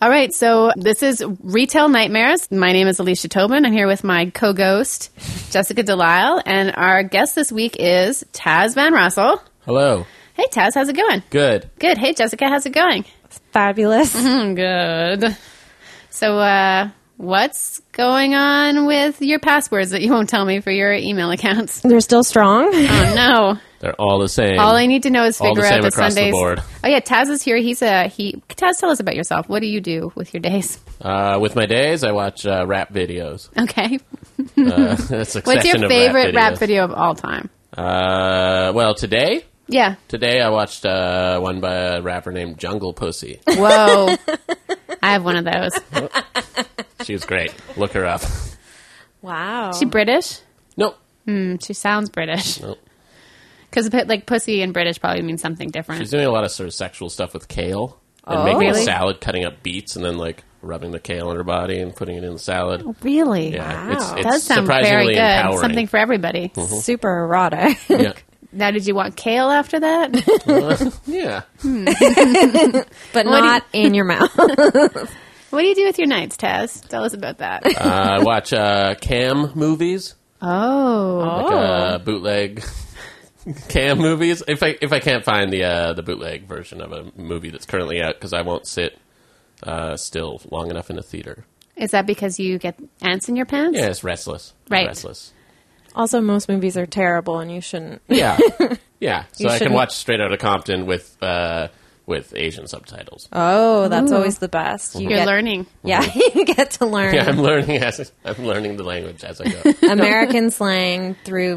All right, so this is Retail Nightmares. My name is Alicia Tobin. I'm here with my co-ghost, Jessica Delisle, and our guest this week is Taz Van Russell. Hello. Hey, Taz, how's it going? Good. Good. Hey, Jessica, how's it going? Fabulous. Mm-hmm. Good. So, uh, what's going on with your passwords that you won't tell me for your email accounts? They're still strong. Oh no! They're all the same. All I need to know is All the figure out same the across the Sundays. board. Oh yeah, Taz is here. He's a he. Taz, tell us about yourself. What do you do with your days? uh, with my days, I watch uh, rap videos. Okay. Uh, What's your favorite rap, video of all time? Uh, well, today, Yeah. today I watched uh, one by a rapper named Jungle Pussy. Whoa. I have one of those. She was great. Look her up. Wow. She British? Nope. Mm, She sounds British. Nope. Because like pussy in British probably means something different. She's doing a lot of sort of sexual stuff with kale and Oh. making Really? a salad, cutting up beets, and then like rubbing the kale on her body and putting it in the salad. Oh, really? Yeah, Wow. it's, it's Does sound very surprisingly good. empowering. Hmm. Something for everybody. super erotic. yeah. Now, did you want kale after that? yeah. but do you- not in your mouth. what do you do with your nights, Taz? Tell us about that. Uh, I watch uh, cam movies. oh. like, uh, bootleg cam movies. If I if I can't find the uh, the bootleg version of a movie that's currently out, because I won't sit uh, still long enough in a theater. Is that because you get ants in your pants? Yeah, it's restless. I'm Right. restless. also, most movies are terrible, and you shouldn't. Yeah, yeah. So You I can shouldn't- watch Straight Outta Compton with uh, with Asian subtitles. Oh, that's Ooh. always the best. You You're get- learning. Yeah, you get to learn Yeah, I'm learning as I'm learning the language as I go. American slang through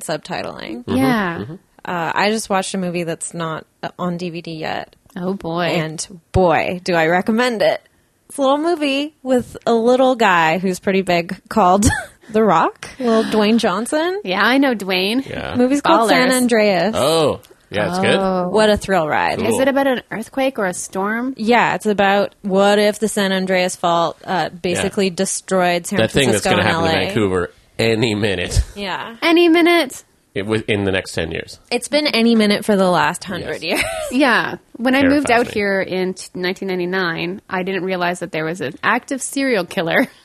Mm. subtitling. Mm-hmm. Yeah. Uh, I just watched a movie that's not uh, on DVD yet, Oh, boy. and boy, do I recommend it. It's a little movie with a little guy who's pretty big called The Rock, little Dwayne Johnson. yeah, I know Dwayne. Yeah. Movie's called San Ballers. Andreas. Oh, yeah, it's Oh. What a thrill ride. Cool. Is it about an earthquake or a storm? Yeah, it's about what if the San Andreas fault uh, basically destroyed San good. That thing that's Francisco going to and happen in LA. Vancouver any minute Yeah. Any minute. it, in the next ten years. It's been any minute for the last hundred Yes. years. Yeah. When I moved out Terrifies me. here in t- 1999, I didn't realize that there was an active serial killer.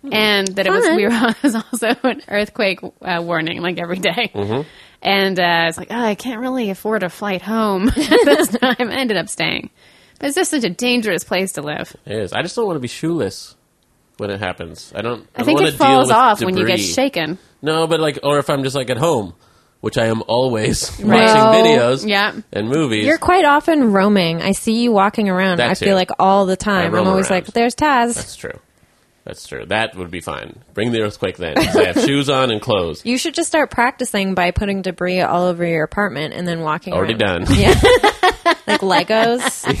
Hmm. And that it was, we were it was also an earthquake uh, warning, like every day. Mm-hmm. And uh, I was like, oh, I can't really afford a flight home at this time. I ended up staying. But it's just such a dangerous place to live. It is. I just don't want to be shoeless when it happens. I don't. I, I think don't it wanna deal falls with off debris. when you get shaken. No, but like, or if I'm just like at home, which I am always No. watching videos, Yeah. and movies. You're quite often roaming. I see you walking around. That's I feel it. like all the time. roam I'm always around. like, "There's Taz." That's true. That's true. That would be fine. Bring the earthquake then. 'cause I have shoes on and clothes. You should just start practicing by putting debris all over your apartment and then walking. Already around. done. like Legos.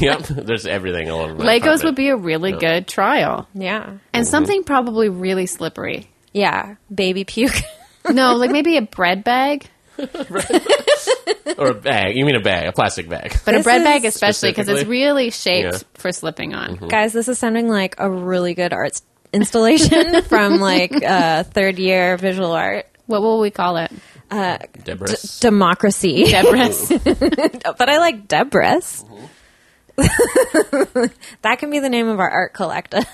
yep. There's everything all over. My Legos apartment. would be a really good trial. yeah, And Mm-hmm. something probably really slippery. yeah. Baby puke. No, like maybe a bread bag. or a bag. You mean a bag? A plastic bag. But a This bread bag, is- especially because it's Specifically? really shaped Yeah. Mm-hmm. for slipping on. Guys, this is sounding like a really good arts installation from like uh, third year visual art. What will we call it? Debris. D- democracy. Debris. but I like Debris. that can be the name of our art collective.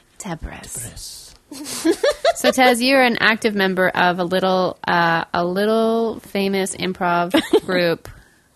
Debris. so Taz, you're an active member of a little, uh, a little famous improv group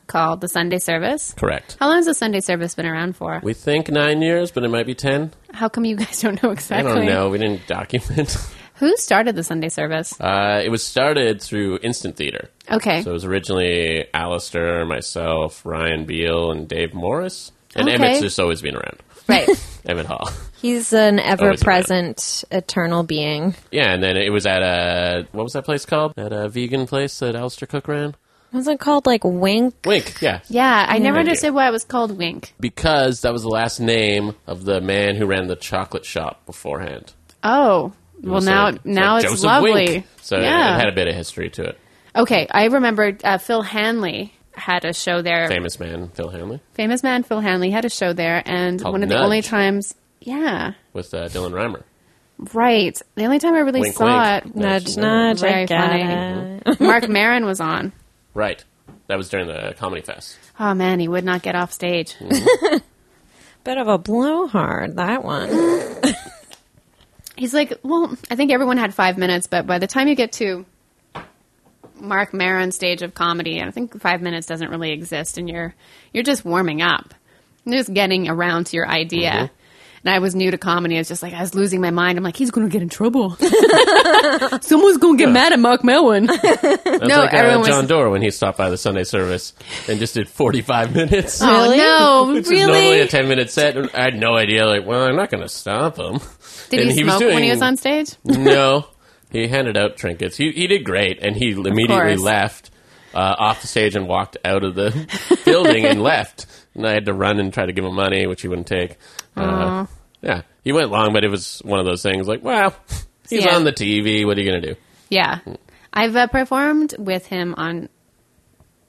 called the Sunday Service. Correct. How long has the Sunday Service been around for? We think nine years, but it might be ten. How come you guys don't know I exactly? don't know. We didn't document. Who started the Sunday Service? Uh, it was started through instant theater. Okay. So it was originally Alistair, myself, Ryan Beal, and Dave Morris. And Okay. Emmett's just always been around. right. Emmett Hall. He's an ever present eternal being. Yeah, and then it was at a, what was that place called? That uh, vegan place that Alistair Cook ran? Was it called like Wink? Wink, yeah. Yeah, I never Thank you. understood why it was called Wink. Because that was the last name of the man who ran the chocolate shop beforehand. Oh, well So now it's now uh, like it's Joseph lovely. Wink. So it- yeah. it had a bit of history to it. okay, I remember uh, Phil Hanley had a show there. Famous man, Phil Hanley, Famous man Phil Hanley had a show there, and Called one of the Nudge. only times, yeah, with uh, Dylan Reimer. right. The only time I really Wink, saw wink. Mm-hmm. it, Nudge, nudge. Very I get funny. it. Mark Marin was on. Right. That was during the Comedy Fest. Oh man, he would not get off stage. Bit of a blowhard, that one. He's like, well, I think everyone had five minutes, but by the time you get to Mark Maron's stage of comedy, I think five minutes doesn't really exist, and you're you're just warming up, you're just getting around to your idea. Mm-hmm. And I was new to comedy. I was just like, I was losing my mind. I'm like, he's going to get in trouble. Someone's going to get mad at Mark Mellon. That's No, like uh, everyone was- John Doerr when he stopped by the Sunday service and just did 45 minutes. Really? Oh, no, Which is normally really? a 10 minute set. And I had no idea. Like, well, I'm not going to stop him. Did And he, smoke when he was on stage? no. He handed out trinkets. He, he did great. And he immediately course. left uh, off the stage and walked out of the building and left. And I had to run and try to give him money, which he wouldn't take. Uh, yeah. He went long, but it was one of those things like, well, he's Yeah. on the TV. What are you going to do? Yeah. I've uh, performed with him on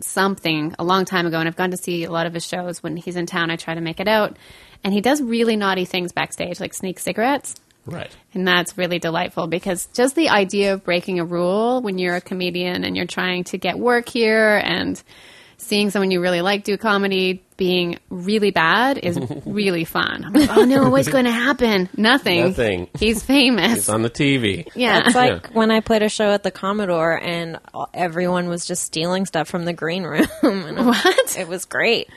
something a long time ago, and I've gone to see a lot of his shows. When he's in town, I try to make it out. And he does really naughty things backstage, like sneak cigarettes. Right. And that's really delightful because just the idea of breaking a rule when you're a comedian and you're trying to get work here and seeing someone you really like do comedy being really bad is really fun. I'm like, oh no, what's going to happen? Nothing. Nothing. He's famous. It's on the TV. yeah. It's like when I played a show at the Commodore and all- everyone was just stealing stuff from the green room. And I'm- What? It was great.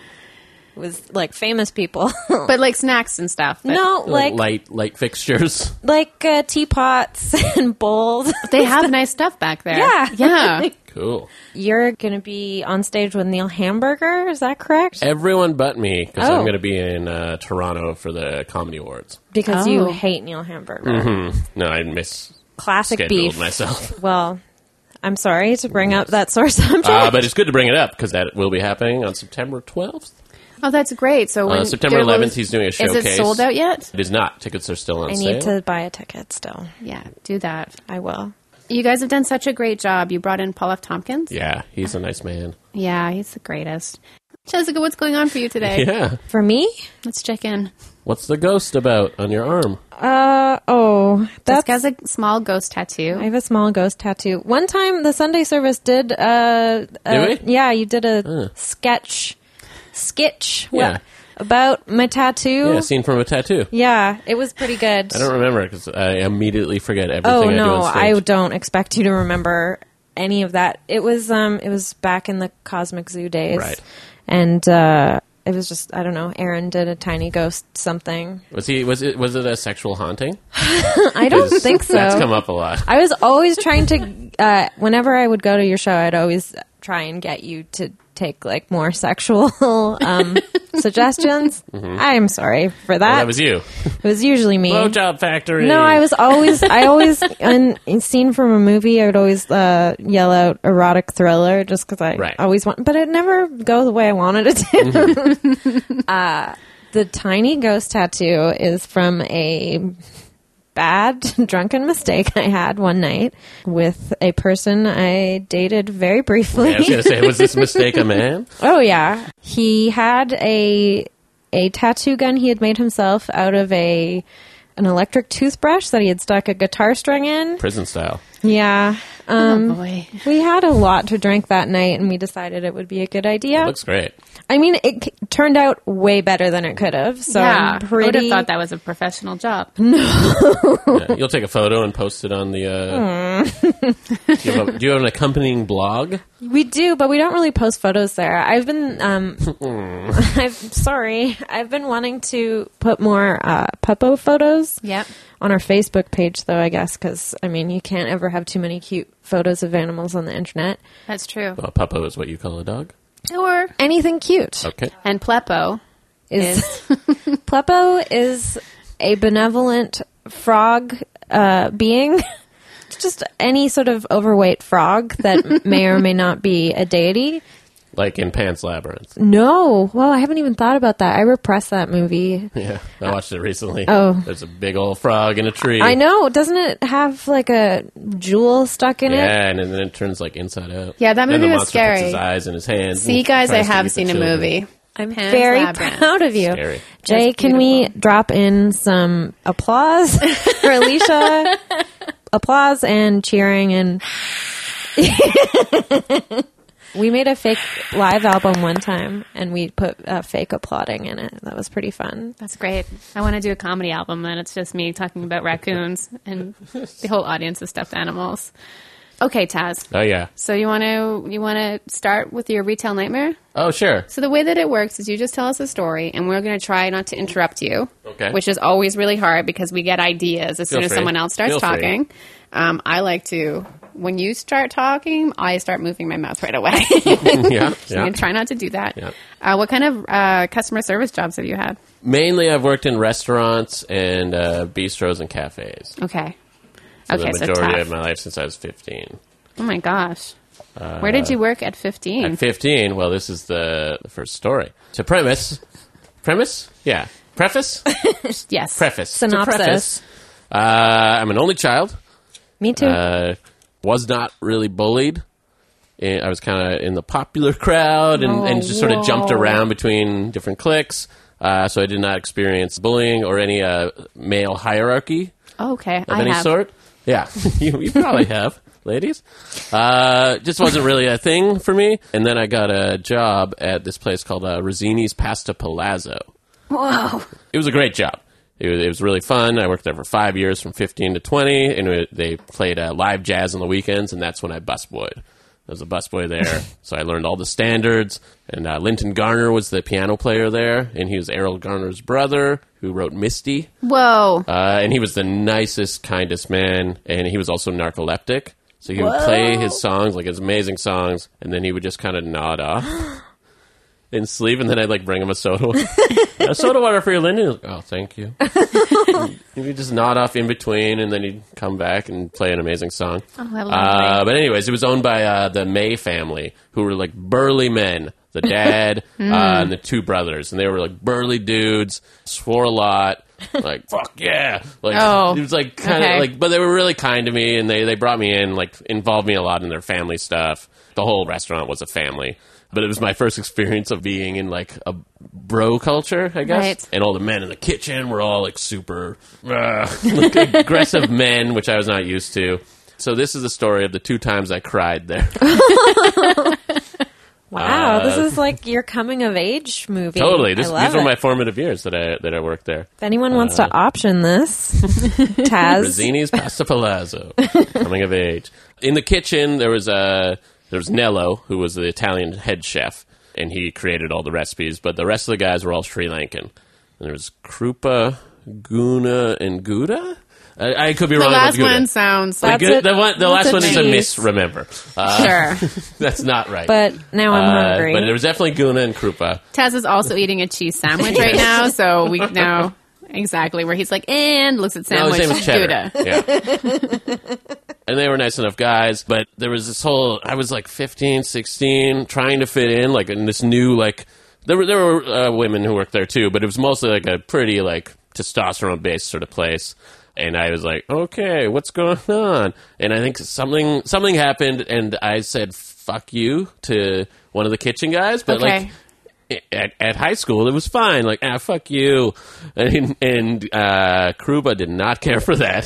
It was like famous people. but like snacks and stuff. but- no, Like, like light light fixtures. like uh, teapots and bowls. They have nice stuff back there. Yeah. Yeah. Cool. You're gonna be on stage with Neil Hamburger, is that correct? Uh, Everyone but me because I'm Oh. going to be in uh, Toronto for the Comedy Awards. Because Oh. you hate Neil Hamburger. Mm. No, I miss Classic scheduled beef. myself. Well, I'm sorry to bring up that sore subject. Uh, but it's good to bring it up because that will be happening on September 12th. Oh, that's great. So Uh, when September there will- 11th, he's doing a Is it showcase. sold out yet? It is not. Tickets are still on I sale. need to buy a ticket still. Yeah, do that. I will. You guys have done such a great job. You brought in Paul F. Tompkins. Yeah, he's a nice man. Yeah, he's the greatest. Jessica, what's going on for you today? Yeah. For me? Let's check in. What's the ghost about on your arm? Uh oh. That's Jessica has a small ghost tattoo. I have a small ghost tattoo. One time, the Sunday service did. Uh, uh, Did we? Yeah, you did a Huh. sketch, sketch. Yeah. what- about my tattoo. Yeah, seen from a tattoo. Yeah, it was pretty good. I don't remember because I immediately forget everything oh I do no, on I stage. don't expect you to remember any of that. It was um, it was back in the Cosmic Zoo days, Right. And uh, it was just I don't know. Aaron did a tiny ghost something. was he? Was it? Was it a sexual haunting? I don't 'Cause think so. That's come up a lot. I was always trying to. Uh, whenever I would go to your show, I'd always try and get you to take like more sexual um, suggestions. I'm sorry for that. Oh, Mm-hmm. that was you. It was usually me. Blowjob factory. No, I was always. I always in, in scene from a movie. I would always uh, yell out erotic thriller just because I Right. always want. But it never go the way I wanted it to. uh, Mm-hmm. the tiny ghost tattoo is from a bad drunken mistake I had one night with a person I dated very briefly. Yeah, I was gonna say, was this mistake a man? Oh yeah, he had a a tattoo gun he had made himself out of a an electric toothbrush that he had stuck a guitar string in. Prison style. Yeah, um, oh boy. we had a lot to drink that night, and we decided it would be a good idea. Looks great. I mean, it c- turned out way better than it could have. So yeah, I'm I would have pretty. Mm-hmm. thought that was a professional job. Yeah, you'll take a photo and post it on the. Uh, Hmm. do, you have a- do you have an accompanying blog? We do, but we don't really post photos there. I've been, um, I'm sorry, I've been wanting to put more uh, puppo photos. Yep. on our Facebook page, though, I guess, because I mean, you can't ever have too many cute photos of animals on the internet. That's true. Well, Puppo is what you call a dog. Or Anything cute Okay. and Pleppo. is Pleppo is a benevolent frog uh, being. It's Just any sort of overweight frog that may or may not be a deity. like in Pan's Labyrinth. No. Well, I haven't even thought about that. I repress that movie. Yeah, I watched it recently. Oh. there's a big old frog in a tree. I know. Doesn't it have like a jewel stuck in it? Yeah, and then it turns like inside out. Yeah, that And then movie the was monster puts scary. his eyes in his hands. See, and guys, I tries to have eat the seen a children. movie. I'm Pan's very Labyrinth. proud of you. Scary. Jay, That's can we drop in some applause for Alicia? applause and cheering and We made a fake live album one time and we put uh, fake applauding in it. That was pretty fun. That's great. I want to do a comedy album, and it's just me talking about raccoons, and the whole audience is stuffed animals. Okay, Taz. Oh yeah. So you want to you want to start with your retail nightmare? Oh sure. So the way that it works is you just tell us a story, and we're going to try not to interrupt you, Okay. which is always really hard because we get ideas as Feel soon as free. someone else starts Feel free. talking. Um, I like to when you start talking, I start moving my mouth right away. yeah. I'm Yeah. gonna try not to do that. Yeah. Uh, what kind of uh, customer service jobs have you had? Mainly, I've worked in restaurants and uh, bistros and cafes. Okay. For okay, the so majority tough. of my life since I was 15. oh my gosh. Where did you work at 15? Uh, At 15, well, this is the, the first story. To premise, premise, yeah, preface, yes. preface, Synopsis. To preface, uh, I'm an only child. Me too. Uh, was not really bullied. Eh, I was kind of in the popular crowd and, and just sort Oh, of jumped whoa. around between different cliques. Uh, so I did not experience bullying or any uh, male hierarchy Oh, okay. of I any have. sort. Yeah, you, you probably have, ladies. Uh, just wasn't really a thing for me. And then I got a job at this place called uh, Rosini's Pasta Palazzo. Whoa. It was a great job. It was, it was really fun. I worked there for five years, from 15 to 20, and it- they played uh, live jazz on the weekends, and that's when I busboyed. I was a busboy there, so I learned all the standards. And uh, Linton Garner was the piano player there, and he was Errol Garner's brother, who wrote Misty. Whoa. Uh, and he was the nicest, kindest man, and he was also narcoleptic. So he would play his songs, like his amazing songs, and then he would just kind of nod off and sleep, and then I'd like bring him a soda, water. a soda water for your Lyndon. He's like, oh, thank you. he would just nod off in between, and then he'd come back and play an amazing song. Oh, how lovely. uh, but anyways, it was owned by uh, the May family, who were like burly men. The dad uh, and the two brothers, and they were like burly dudes, swore a lot, like fuck yeah, like Oh, it was like kind of okay. like, but they were really kind to me, and they they brought me in, like involved me a lot in their family stuff. The whole restaurant was a family, but it was my first experience of being in like a bro culture, I guess. Right. And all the men in the kitchen were all like super uh, like, aggressive men, which I was not used to. So this is the story of the two times I cried there. wow, uh, this is like your coming of age movie. totally, I this, love these were it. my Uh, formative years that I that I worked there. If anyone wants to option this, Taz. Rosini's Pasta Palazzo, coming of age. In the kitchen, there was uh, there was Nello, who was the Italian head chef, and he created all the recipes. But the rest of the guys were all Sri Lankan. And there was Krupa, Guna, and Gouda. I, I could be the wrong. last about Gouda. one sounds The like Gou- That's the a- one, the last that's a one is a cheese. misremember. Uh, sure. that's not right. But now I'm Uh, hungry. but there was definitely Guna and Krupa. Taz is also eating a cheese sandwich right now, so we know exactly where he's like and looks at No, sandwich. uh, his name was Cheddar. Gouda. Yeah. and they were nice enough guys, but there was this whole I was like 15, 16 trying to fit in like in this new like there were there were uh, women who worked there too, but it was mostly like a pretty like testosterone based sort of place. And I was like, "Okay, what's going on?" And I think something something happened and I said fuck you to one of the kitchen guys, but Okay. like at, at high school, it was fine. Like, ah, fuck you. And, and uh, Krupa did not care for that.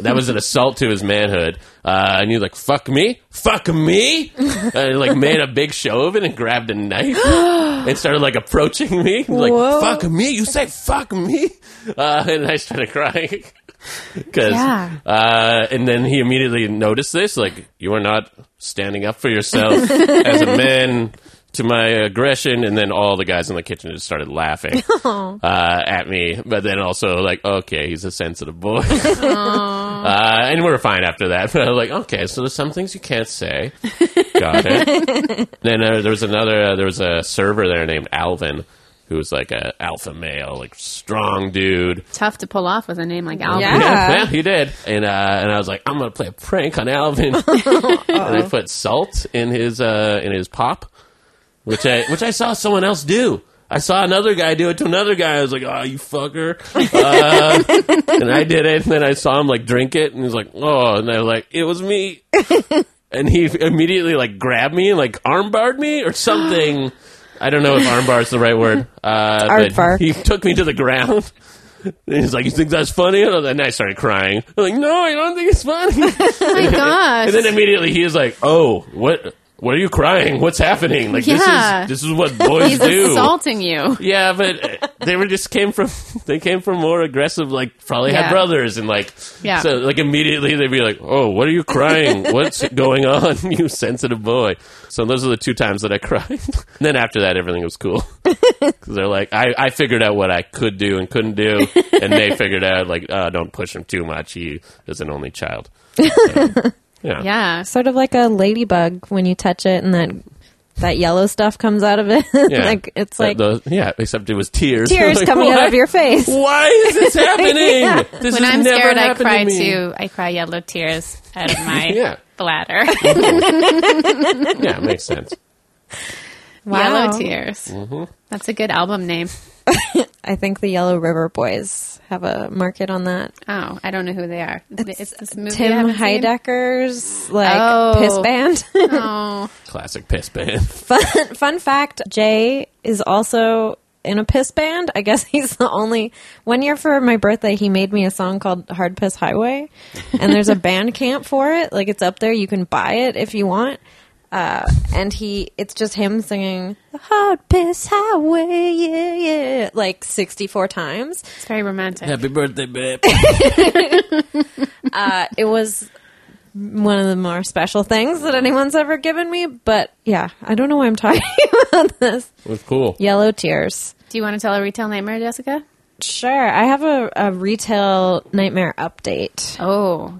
that was an assault to his manhood. Uh, and he was like, fuck me? Fuck me? and like made a big show of it and grabbed a knife and started like approaching me. Like, Whoa. fuck me? You say fuck me? Uh, and I started crying. Cause, Yeah. uh, and then he immediately noticed this, like, you are not standing up for yourself as a man to my aggression. And then all the guys in the kitchen just started laughing uh, at me. But then also, like, okay, he's a sensitive boy. Uh, and we were fine after that. But I was like, okay, so there's some things you can't say. Got it. then uh, there was another. Uh, there was a server there named Alvin, who was like a alpha male, like strong dude. Tough to pull off with a name like Alvin. Yeah. yeah he did. And uh, and I was like, I'm gonna play a prank on Alvin. and I put salt in his uh, in his pop. which I which I saw someone else do. I saw another guy do it to another guy. I was like, "Oh, you fucker!" Uh, and I did it. And then I saw him like drink it, and he's like, "Oh!" And I was like, "It was me." and he immediately like grabbed me and like armbarred me or something. I don't know if armbar is the right word. Uh, but Armbar. he took me to the ground. And he's like, "You think that's funny?" And I was like- and I started crying. I'm like, "No, I don't think it's funny." Oh my gosh. And then immediately he is like, "Oh, what? What are you crying? What's happening? Like Yeah. this is this is what boys He's do." assaulting you. Yeah, but uh, they were just came from they came from more aggressive, like probably Yeah. had brothers and like Yeah. So like immediately they'd be like, "Oh, what are you crying? What's going on, you sensitive boy?" So those are the two times that I cried. And then after that, everything was cool because they're like, I, "I figured out what I could do and couldn't do," and they figured out like, uh, "Don't push him too much. He is an only child." So, yeah. Yeah. Sort of like a ladybug when you touch it and that that yellow stuff comes out of it. Yeah. like it's Uh, like those- yeah, except it was tears. tears Like, coming out "Why? of your face. Why is this happening? Yeah. This when has I'm never scared, I happened to cry me. too. I cry yellow tears out of my Yeah. bladder. Yeah, it makes sense. Yellow tears. That's a good album name. I think the Yellow River Boys have a market on that. Oh, I don't know who they are. It's, this movie. I Tim haven't seen. Heidecker's like Oh. piss band. Oh, Classic piss band. fun, fun fact Jay is also in a piss band. I guess he's the only. One year for my birthday, he made me a song called Hard Piss Highway, and there's a band camp for it. Like it's up there. You can buy it if you want. Uh, and he, it's just him singing the hard piss highway, yeah, yeah, like 64 times. it's very romantic. Happy birthday, babe. Uh, it was one of the more special things that anyone's ever given me, but yeah, I don't know why I'm talking about this. It was cool. Yellow Tears. Do you want to tell a retail nightmare, Jessica? Sure. I have a, a retail nightmare update Oh,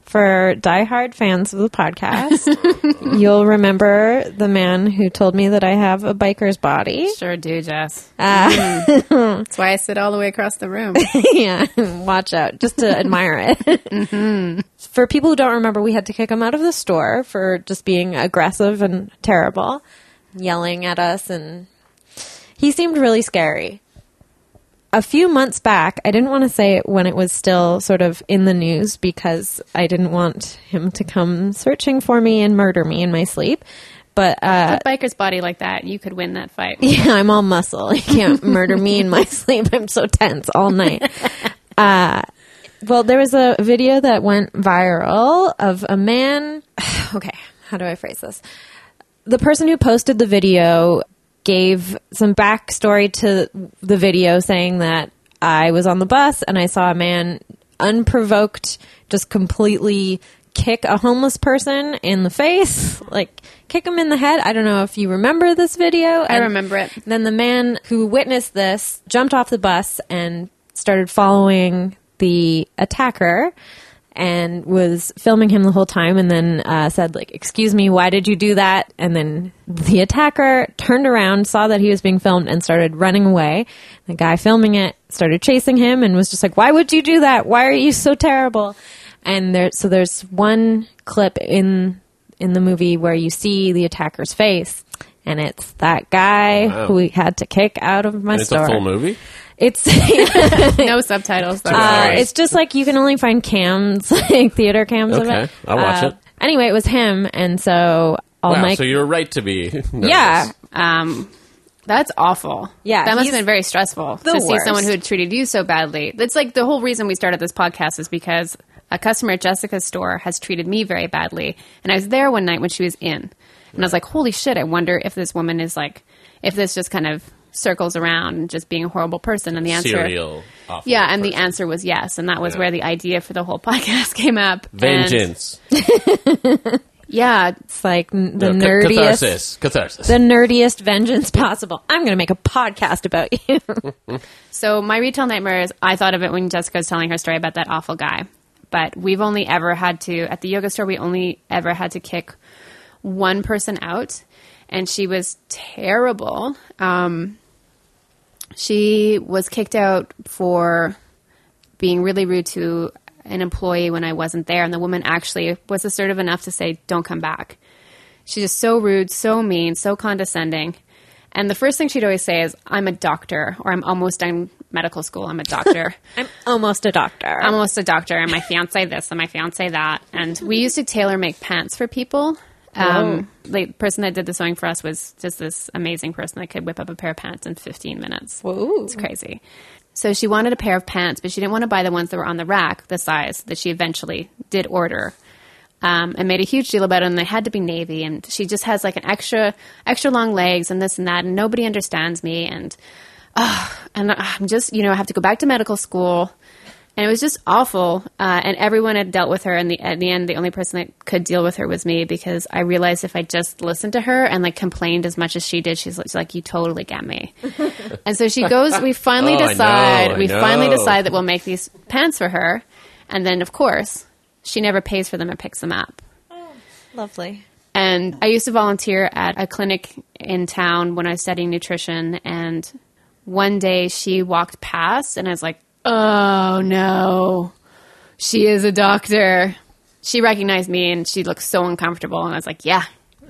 for diehard fans of the podcast. You'll remember the man who told me that I have a biker's body. sure do, Jess. Mm. Ah. That's why I sit all the way across the room. yeah, watch out just to admire it. For people who don't remember, we had to kick him out of the store for just being aggressive and terrible, yelling at us, and he seemed really scary. A few months back, I didn't want to say it when it was still sort of in the news because I didn't want him to come searching for me and murder me in my sleep. But uh, A biker's body like that, you could win that fight. yeah, I'm all muscle. You can't murder me in my sleep. I'm so tense all night. Uh, well, there was a video that went viral of a man. Okay, how do I phrase this? The person who posted the video gave some backstory to the video saying that I was on the bus and I saw a man unprovoked just completely kick a homeless person in the face, like kick him in the head. I don't know if you remember this video. I remember it. Then the man who witnessed this jumped off the bus and started following the attacker and was filming him the whole time and then uh, said like excuse me why did you do that and then the attacker turned around saw that he was being filmed and started running away the guy filming it started chasing him and was just like why would you do that why are you so terrible and there so there's one clip in in the movie where you see the attacker's face and it's that guy Oh, Wow. who we had to kick out of my And it's store a full movie. it's No subtitles. Though. uh, Nice. it's just like you can only find cams like theater cams of Okay, it I'll watch Uh, it. anyway it was him and so all wow, my so you're right to be. nervous. yeah Um, that's awful. Yeah, that must have he's been very stressful to the see someone worst. who had treated you so badly. That's like the whole reason we started this podcast is because a customer at Jessica's store has treated me very badly, and I was there one night when she was in, and I was like, "Holy shit! I wonder if this woman is like, if this just kind of circles around and just being a horrible person." And the answer, Serial. awful yeah, and the person. answer was yes, and that was Yeah. where the idea for the whole podcast came up. And- Vengeance. yeah, it's like n- the No, ca- nerdiest Catharsis. Catharsis. the nerdiest vengeance possible i'm gonna make a podcast about you So my retail nightmare is I thought of it when Jessica was telling her story about that awful guy. But we've only ever had to at the yoga store we only ever had to kick one person out and she was terrible. Um, she was kicked out for being really rude to an employee when I wasn't there and the woman actually was assertive enough to say don't come back. She's just so rude, so mean, so condescending. And the first thing she'd always say is, I'm a doctor, or I'm almost done medical school, I'm a doctor. I'm almost a doctor. I'm almost a doctor, and my fiance this, and my fiance that. And we used to tailor make pants for people. Um, the person that did the sewing for us was just this amazing person that could whip up a pair of pants in 15 minutes. Whoa. It's crazy. So she wanted a pair of pants, but she didn't want to buy the ones that were on the rack, the size that she eventually did order. Um, and made a huge deal about it, and they had to be navy. And she just has like an extra, extra long legs, and this and that, and nobody understands me. And and uh, I'm just, you know, I have to go back to medical school. And it was just awful. Uh, and everyone had dealt with her. And the, at the end, the only person that could deal with her was me because I realized if I just listened to her and like complained as much as she did, she's like, she's like, you totally get me. and so she goes, we finally Oh, I know, decide, I we finally know. decide that we'll make these pants for her. And then, of course, she never pays for them or picks them up. Lovely. And I used to volunteer at a clinic in town when I was studying nutrition. And one day she walked past, and I was like, oh no, she is a doctor. She recognized me and she looked so uncomfortable. And I was like, yeah,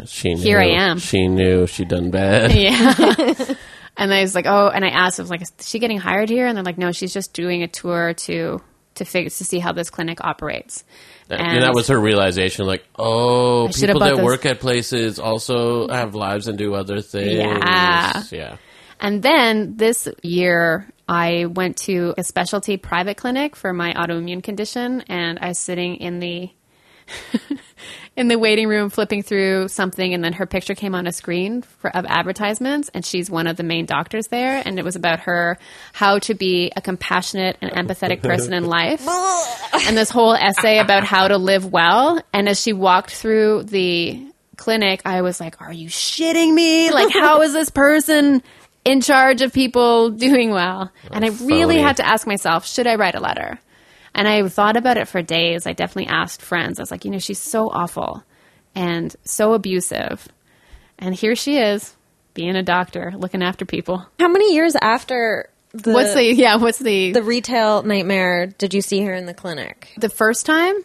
She knew, Here I am. She knew she done bad. yeah. and I was like, oh, and I asked, I was like, is she getting hired here? And they're like, no, she's just doing a tour to to figure to see how this clinic operates. And that was her realization, like, oh, I should've people bought that those- work at places also have lives and do other things. Yeah. Yeah. And then this year, I went to a specialty private clinic for my autoimmune condition, and I was sitting in the in the waiting room, flipping through something, and then her picture came on a screen for, of advertisements, and she's one of the main doctors there, and it was about her how to be a compassionate and empathetic person in life and this whole essay about how to live well. And as she walked through the clinic, I was like, Are you shitting me? Like, how is this person in charge of people doing well? and I really phony. had to ask myself, Should I write a letter? And I thought about it for days. I definitely asked friends. I was like, You know, she's so awful and so abusive. And here she is being a doctor looking after people. How many years after the What's the, yeah, what's the, the retail nightmare did you see her in the clinic? the first time?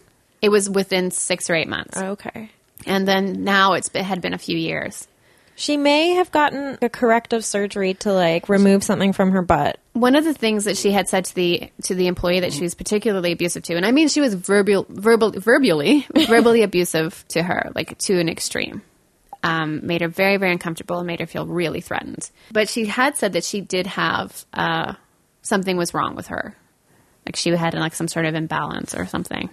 It was within six or eight months. Uh. Okay. and then now it's it had been a few years. She may have gotten a corrective surgery to like remove something from her butt. One of the things that she had said to the to the employee that she was particularly abusive to, and I mean she was verbal, verbal verbally verbally abusive to her, like to an extreme, um, made her very very uncomfortable and made her feel really threatened. But she had said that she did have uh, something was wrong with her, like she had like some sort of imbalance or something.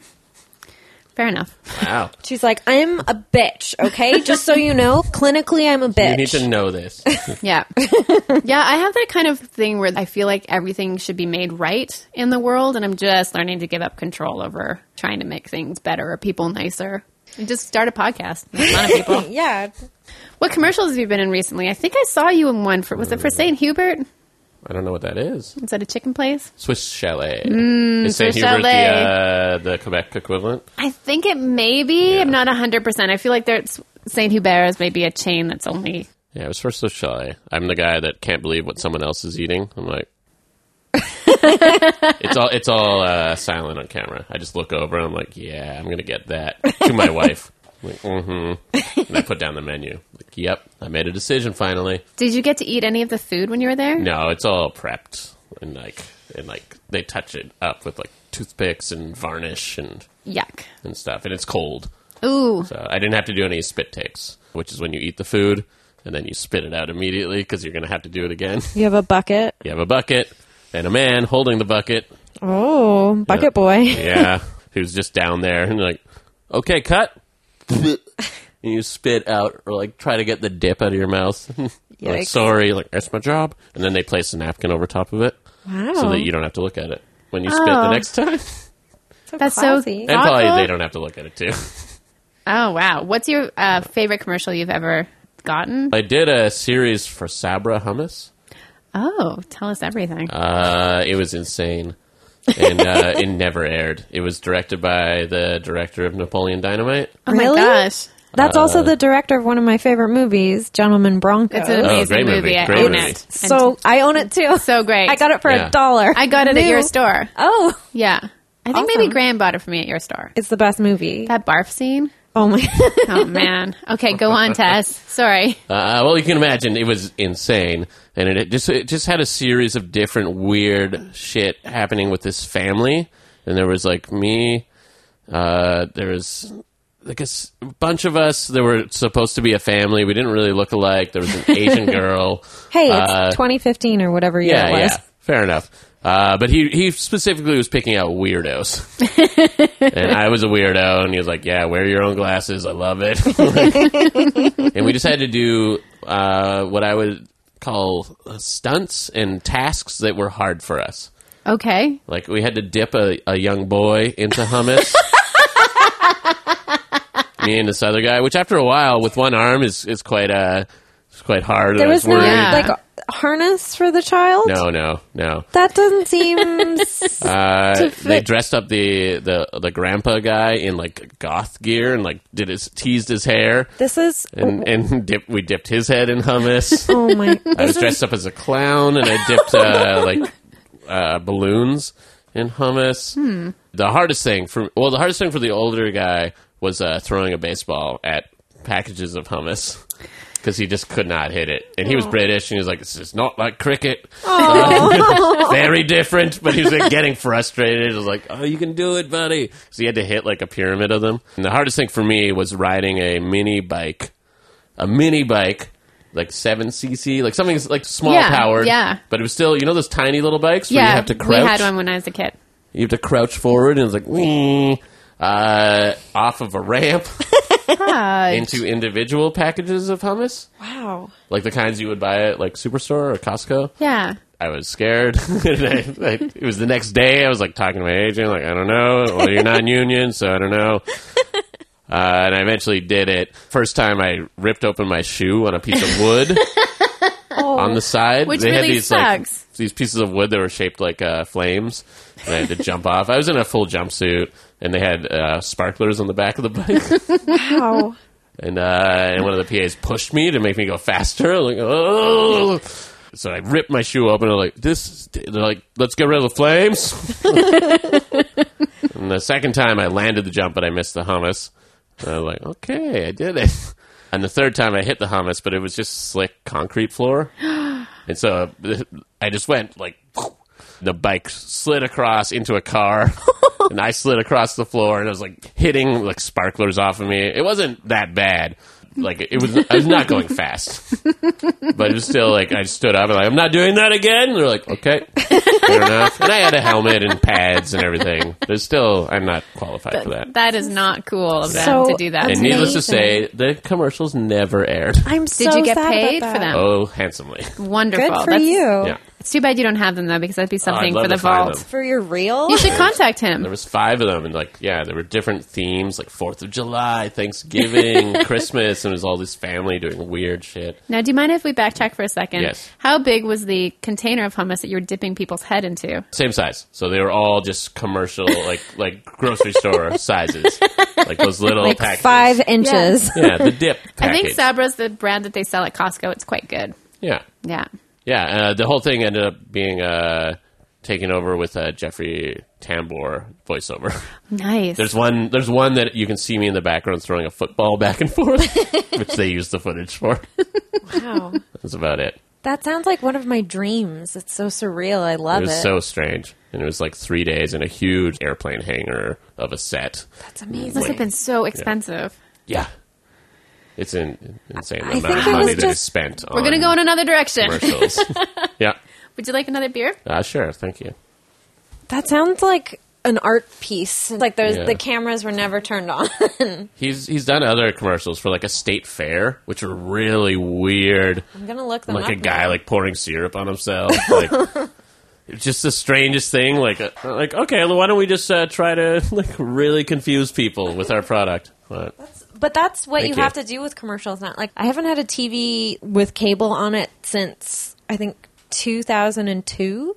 Fair enough. Wow. She's like, I'm a bitch, okay? Just so you know, clinically, I'm a bitch. You need to know this. Yeah. yeah, I have that kind of thing where I feel like everything should be made right in the world, and I'm just learning to give up control over trying to make things better or people nicer. And just start a podcast. Make fun of people. yeah. what commercials have you been in recently? I think I saw you in one. For, was it for St. Hubert? I don't know what that is. Is that a chicken place? Swiss Chalet. Mm, is Hmm, St. Swiss Hubert the, Chalet. uh, the Quebec equivalent? I think it may be. I'm not 100%. I feel like there's St. Hubert is maybe a chain that's only. Yeah, it was for Swiss Chalet. I'm the guy that can't believe what someone else is eating. I'm like, it's all it's all uh, silent on camera. I just look over. and I'm like, yeah, I'm gonna get that to my wife. I'm like, mm-hmm. And I put down the menu. Like, yep, I made a decision finally. Did you get to eat any of the food when you were there? No, it's all prepped and like and like they touch it up with like toothpicks and varnish and Yuck. and stuff. And it's cold, Ooh. so I didn't have to do any spit takes, which is when you eat the food and then you spit it out immediately because you're gonna have to do it again. You have a bucket. You have a bucket and a man holding the bucket. Oh, bucket Yeah. boy. Yeah, who's just down there and like, okay, cut. and you spit out or like try to get the dip out of your mouth. like, Yikes. sorry, like that's my job. And then they place a napkin over top of it Wow. so that you don't have to look at it when you spit the Oh. next time. That's so- classy. and probably Thoughtful. they don't have to look at it too. Oh, wow. What's your uh, favorite commercial you've ever gotten? I did a series for Sabra hummus. Oh, tell us everything. Uh, it was insane. And uh, it never aired. It was directed by the director of Napoleon Dynamite. Uh, oh really? my gosh. That's also the director of one of my favorite movies, Gentleman Bronco. It's an amazing Oh, great movie. movie. I Great own movie. it. And so I own it too. so great. I got it for Yeah. a dollar. I got it at New. your store. Oh, Yeah. I think Awesome. maybe Graham bought it for me at your store. it's the best movie. That barf scene. Oh my! Oh man. Okay, go on, Tess. Sorry. Uh, well, you can imagine it was insane, and it, it just it just had a series of different weird shit happening with this family, and there was like me, uh, there was like a s- bunch of us that were supposed to be a family. We didn't really look alike. There was an Asian girl. Hey, it's Uh, 2015 or whatever year yeah, it was. yeah, fair enough. Uh, but he he specifically was picking out weirdos, and I was a weirdo, and he was like, "Yeah, wear your own glasses. I love it." Like- and we just had to do uh, what I would call stunts and tasks that were hard for us. Okay. Like we had to dip a, a young boy into hummus. Me and this other guy, which after a while, with one arm, is is quite uh, is quite hard. There and I was no worried. Yeah. like harness for the child. no, no, no. That doesn't seem. s- Uh, they fit. dressed up the, the the grandpa guy in like goth gear and like did his teased his hair this is. and and dip, we dipped his head in hummus. Oh my! I was dressed up as a clown and I dipped uh, like uh, balloons in hummus. Hmm. The hardest thing for well, the hardest thing for the older guy was uh, throwing a baseball at packages of hummus because he just could not hit it, and he Oh. was British and he was like, "This is not like cricket." Oh. very different, but he was like, getting frustrated. It was like, oh, you can do it, buddy. So he had to hit like a pyramid of them. And the hardest thing for me was riding a mini bike, a mini bike, like 7cc, like something like small Yeah, powered. yeah. But it was still, you know, those tiny little bikes where yeah. you have to we had crouch? one when I was a kid. You have to crouch forward, and it's like, "Wee," uh, off of a ramp into individual packages of hummus. wow. Like the kinds you would buy at like Superstore or Costco. yeah. I was scared. And I- I- it was the next day. I was like talking to my agent, like I don't know. Well, you're non-union, so I don't know. Uh, and I eventually did it. First time I ripped open my shoe on a piece of wood Oh. on the side. Which they had really these sucks. like these pieces of wood that were shaped like uh, flames, and I had to jump off. I was in a full jumpsuit, and they had uh, sparklers on the back of the bike. wow. and uh, and one of the PAs pushed me to make me go faster. Like, oh. So I ripped my shoe open. I'm like, this. They're like, let's get rid of the flames. and the second time, I landed the jump, but I missed the hummus. And I was like, okay, I did it. And the third time, I hit the hummus, but it was just slick concrete floor. And so I just went like the bike slid across into a car, and I slid across the floor, and it was like hitting like sparklers off of me. It wasn't that bad. Like it was, I was not going fast, but it was still like I stood up and like I'm not doing that again. And they're like, okay, fair enough. And I had a helmet and pads and everything. There's still, I'm not qualified for that. That is not cool of them So- to do that. And to me. needless to say, the commercials never aired. I'm Did you get paid for them? Oh, handsomely. Wonderful. Good for That's- you. Yeah, It's too bad you don't have them though, because that'd be something Oh, love for the to find vault. them. For your real? You should contact There him. was five of them, and like, yeah, there were different themes, like Fourth of July, Thanksgiving, Christmas, and it was all this family doing weird shit. Now, do you mind if we backtrack for a second? Yes. How big was the container of hummus that you were dipping people's head into? Same size, so they were all just commercial, like like grocery store sizes, like those little like packages. five inches. Yeah, the dip. Package. I think Sabra's the brand that they sell at Costco. It's quite good. Yeah, Yeah. yeah. Uh, the whole thing ended up being uh, taken over with uh, Jeffrey Tambor voiceover. Nice. There's one. There's one that you can see me in the background throwing a football back and forth, which they used the footage for. Wow. That's about it. That sounds like one of my dreams. It's so surreal. I love It it. was so strange. And it was like three days in a huge airplane hangar of a set. That's amazing. must have been so expensive. Yeah. It's an insane I amount think of it money was that is just- spent We're going to go in another direction. commercials. yeah. Would you like another beer? Uh, sure. Thank you. that sounds like an art piece. Like those, Yeah. the cameras were never turned on. He's he's done other commercials for like a state fair, which are really weird. I'm gonna look them Like up. a now. guy like pouring syrup on himself. Like it's just the strangest thing. Like uh, like okay, well, why don't we just uh, try to like really confuse people with our product? But But that's what you, Thank you. have to do with commercials now. Like I haven't had a TV with cable on it since I think 2002.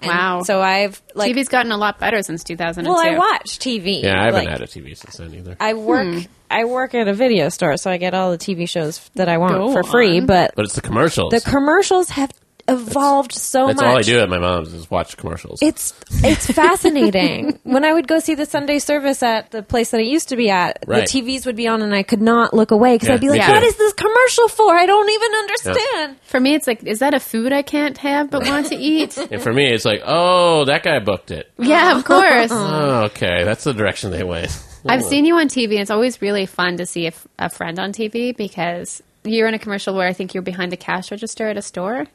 And Wow. So I've like TV's gotten a lot better since Hmm. 2002. well, I watch TV. yeah, I haven't like, had a TV since then either. I work. I work at a video store, so I get all the TV shows that I want Go for free. on. But but it's the commercials. the commercials have evolved so That's much. all I do at my mom's is watch commercials. It's it's fascinating. when I would go see the Sunday service at the place that I used to be at, Right. the TVs would be on and I could not look away because Yeah, I'd be me like, too. "What is this commercial for? I don't even understand." For me, it's like, is that a food I can't have but want to eat? and for me, it's like, oh, that guy booked it. yeah, of course. Oh, okay, that's the direction they went. I've seen you on TV, and it's always really fun to see a, f- a friend on TV because you're in a commercial where I think you're behind a cash register at a store.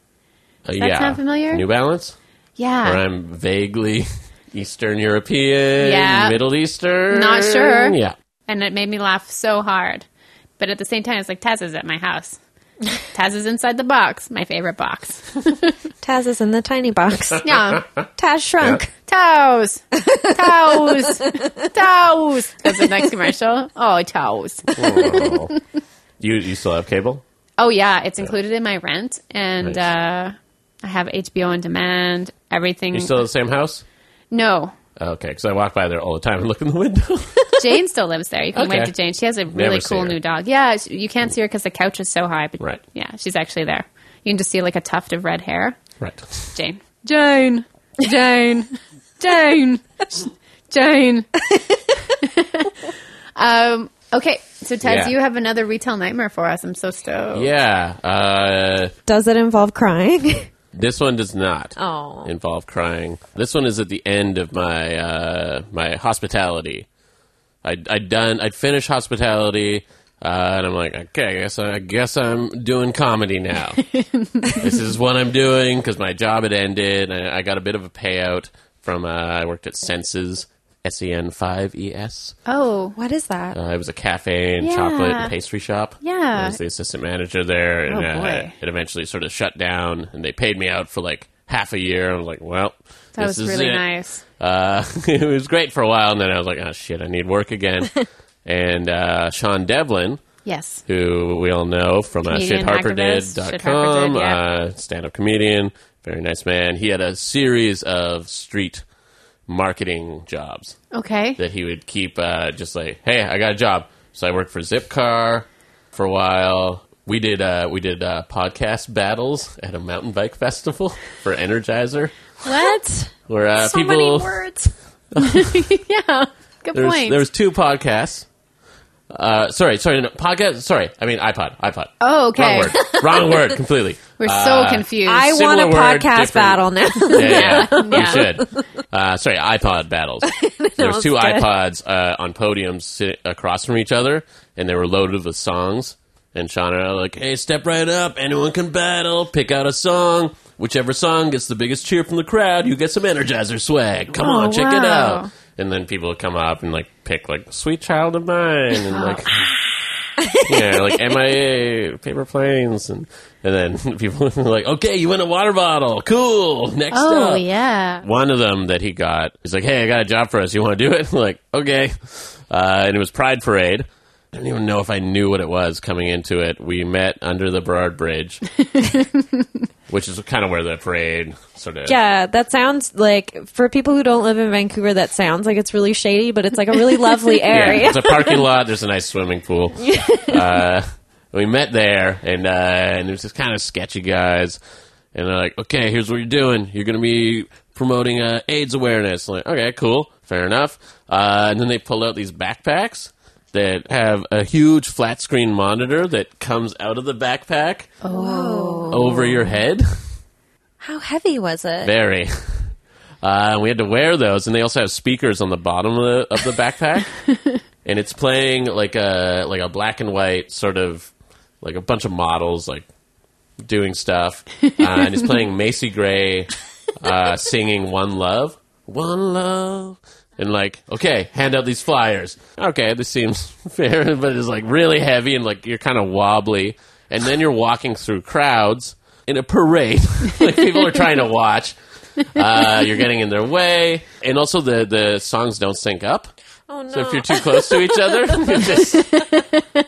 Uh, that sound familiar? New Balance, Yeah. where I'm vaguely Eastern European, Yeah. Middle Eastern. Not sure. Yeah, and it made me laugh so hard. But at the same time, it's like Taz is at my house. Taz is inside the box, my favorite box. Taz is in the tiny box. Yeah, Taz shrunk. Toes, toes, toes. That's the next commercial. Oh, toes. Oh. you you still have cable? Oh yeah, it's included in my rent, and Nice. uh, I have HBO on demand. Everything. You still at the same house? no, Okay, because I walk by there all the time and look in the window. Jane still lives there. You can Okay. wave to Jane. She has a Never really see cool her. new dog. Yeah, sh- you can't see her because the couch is so high. But Right. yeah, she's actually there. You can just see like a tuft of red hair. right. Jane. Jane. Jane. Jane. Jane. um, okay, so Taz, Yeah. you have another retail nightmare for us. I'm so stoked. Yeah. Uh, Does it involve crying? this one does not Oh. involve crying. This one is at the end of my uh, my hospitality. I'd, I'd done. I'd finished hospitality, uh, and I'm like, okay, I guess I, I guess I'm doing comedy now. this is what I'm doing because my job had ended. And I got a bit of a payout from. Uh, I worked at Senses. S E N five E S. Oh, what is that? Uh, it was a cafe and Yeah. chocolate and pastry shop. Yeah. I was the assistant manager there, and Oh, uh, boy. it eventually sort of shut down. And they paid me out for like half a year. I was like, well, that this was is really it. nice. Uh, it was great for a while, and then I was like, oh shit, I need work again. and uh, Sean Devlin, Yes. who we all know from uh, Comedian, activist, shitharperdid.com, shitharperdid, yeah. uh, stand up comedian, very nice man. He had a series of street marketing jobs Okay. that he would keep uh, just like, hey, I got a job. So I worked for Zipcar for a while. We did uh, we did uh, podcast battles at a mountain bike festival for Energizer, What? where uh, so people many words. yeah. Good there was, point. there was two podcasts. Uh, sorry, sorry, no, podcast. Sorry, I mean iPod, iPod. oh, okay. Wrong word, wrong word, completely. We're so Uh, confused. I want a Similar word, podcast different- battle now. yeah, yeah. Yeah. you should. Uh, sorry, iPod battles. There was two it's good. iPods uh, on podiums sit across from each other, and they were loaded with songs. And Sean and I were like, "Hey, step right up! Anyone can battle. Pick out a song. Whichever song gets the biggest cheer from the crowd, you get some Energizer swag. Come Oh, on, check it wow. out." And then people would come up and like pick like "Sweet Child of Mine" and like yeah, like MIA, paper planes, and and then people were like, okay, you win a water bottle, cool. Next oh, up, yeah. one of them that he got is like, hey, I got a job for us. You want to do it? I'm like, okay. Uh, and it was Pride Parade. I don't even know if I knew what it was coming into it. We met under the Burrard Bridge, which is kind of where the parade sort of Yeah, that sounds like for people who don't live in Vancouver, that sounds like it's really shady, but it's like a really lovely area. Yeah, it's a parking lot. There's a nice swimming pool. uh, we met there, and uh, and there's this kind of sketchy guys, and they're like, "Okay, here's what you're doing. You're gonna be promoting uh, AIDS awareness." I'm like, okay, cool, fair enough. Uh, and then they pull out these backpacks that have a huge flat screen monitor that comes out of the backpack over your head. How heavy was it? Oh. Very. Uh, and we had to wear those, and they also have speakers on the bottom of the, of the backpack, and it's playing like a like a black and white sort of like a bunch of models like doing stuff, uh, and it's playing Macy Gray uh, singing "One Love," "One Love," and like, okay, hand out these flyers. Okay, this seems fair, but it's like really heavy and like you're kind of wobbly, and then you're walking through crowds in a parade, like people are trying to watch. Uh, you're getting in their way, and also the the songs don't sync up. Oh no. So if you're too close to each other, you're just-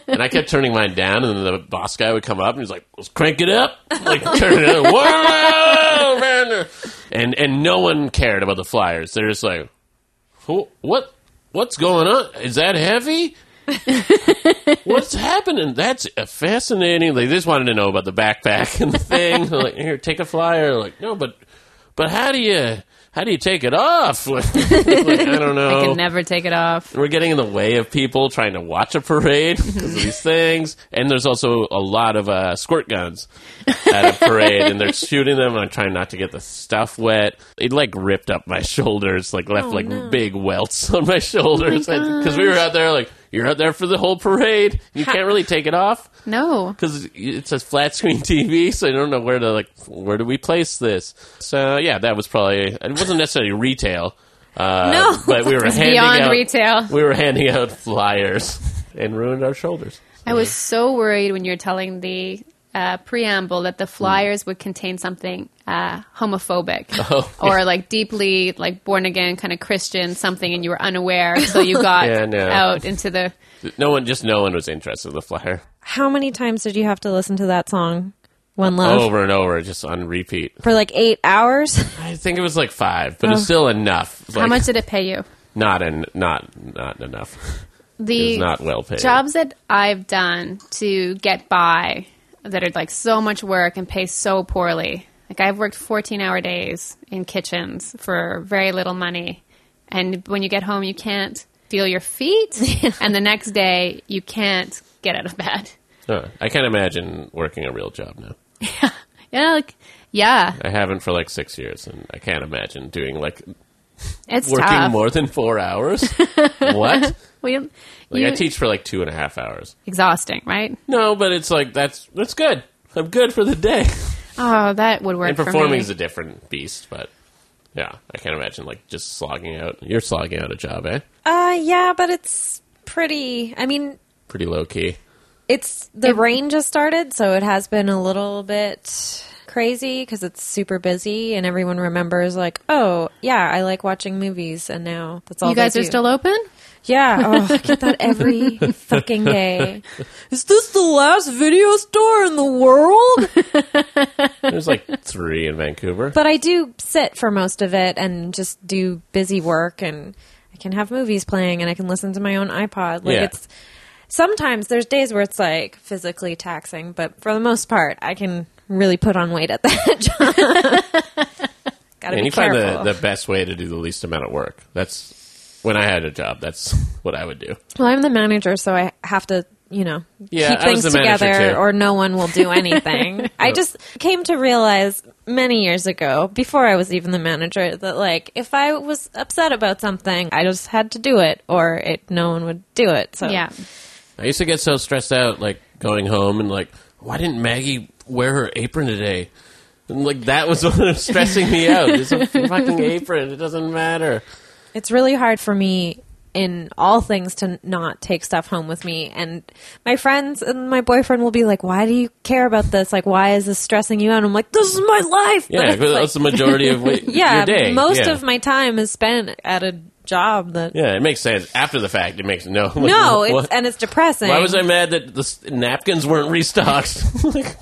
and I kept turning mine down, and then the boss guy would come up and he's like, "Let's crank it up!" Like turn it up, whoa, man!" and and no one cared about the flyers. They're just like, "Who- "What? What's going on? Is that heavy?" What's happening? That's uh, fascinating. They just wanted to know about the backpack and the thing. They're like, here, take a flyer. Like, no, but but how do you how do you take it off? Like, I don't know. I can never take it off. we're getting in the way of people trying to watch a parade because of these things. And there's also a lot of uh, squirt guns at a parade, and they're shooting them. And I'm trying not to get the stuff wet. It like ripped up my shoulders, like left like big welts on my shoulders because we were out there like. You're out there for the whole parade. You can't really take it off No. because it's a flat screen TV, so I don't know where to like where do we place this. So yeah, that was probably it wasn't necessarily retail. Uh, No. but we were handing beyond out, retail. We were handing out flyers and ruined our shoulders. I was so worried when you were telling the uh, preamble that the flyers would contain something uh, homophobic Oh, or like deeply like born again kind of Christian something, and you were unaware until you got Yeah, no. out into the. No one, just no one was interested in the flyer How many times did you have to listen to that song, One Oh. Love, over and over, just on repeat. for like eight hours? I think it was like five, but it's still enough. Like, Oh. How much did it pay you? Not and not not enough. It The was not well paid. jobs that I've done to get by that are like so much work and pay so poorly. Like I've worked 14 hour days in kitchens for very little money. And when you get home, you can't feel your feet. and the next day, you can't get out of bed. Uh, I can't imagine working a real job now. Yeah, like, yeah, I haven't for like six years, and I can't imagine doing like it's working tough. more than four hours. what? We, you, Like I teach for like two and a half hours. exhausting, right? No, but it's like that's that's good. I'm good for the day. Oh, that would work And for me. performing is a different beast, but yeah, I can't imagine like just slogging out. You're slogging out a job, eh? Uh, yeah, but it's pretty. I mean, Pretty low key. it's the rain just started, so it has been a little bit crazy because it's super busy, and everyone remembers like, oh yeah, I like watching movies, and now that's all you guys they are do. still open? Yeah, oh, I get that every fucking day. Is this the last video store in the world? There's like three in Vancouver. But I do sit for most of it and just do busy work and I can have movies playing and I can listen to my own iPod. Like Yeah. it's sometimes there's days where it's like physically taxing, but for the most part I can really put on weight at that job. Gotta and be you careful. find the, the best way to do the least amount of work. That's when I had a job, that's what I would do. well, I'm the manager, so I have to, you know, Yeah, keep I was things the manager, together too. or no one will do anything. I just came to realize many years ago, before I was even the manager, that like if I was upset about something, I just had to do it or it no one would do it. So Yeah. I used to get so stressed out, like going home and like, why didn't Maggie wear her apron today? And like that was what was stressing me out. It's a fucking apron. It doesn't matter. It's really hard for me in all things to n- not take stuff home with me. And my friends and my boyfriend will be like, Why do you care about this? Like, why is this stressing you out? And I'm like, This is my life. But Yeah, it's 'cause like- that's the majority of what, yeah your day. most yeah. of my time is spent at a job that. Yeah, it makes sense. After the fact, it makes no. like, No, it's, what- and it's depressing. why was I mad that the s- napkins weren't restocked? Like,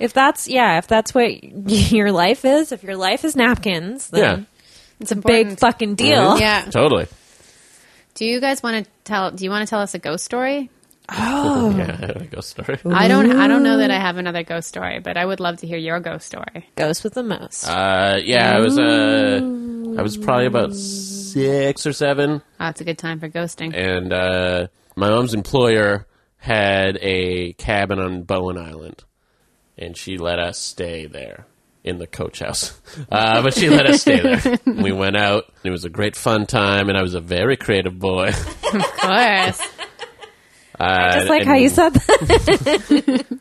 If that's yeah, if that's what y- your life is, if your life is napkins, yeah, then It's yeah. big fucking deal. Yeah. totally. Do you guys want to tell? Do you want to tell us a ghost story? Oh. Yeah, I had a ghost story. I don't. I don't know that I have another ghost story, but I would love to hear your ghost story. Goes with the most. Uh, yeah, I was uh, I was probably about six or seven. Oh, it's a good time for ghosting. and uh, my mom's employer had a cabin on Bowen Island, and she let us stay there in the coach house. Uh, but she let us stay there. We went out. and It was a great fun time, and I was a very creative boy. Of course, Uh, Just like and- how you said that.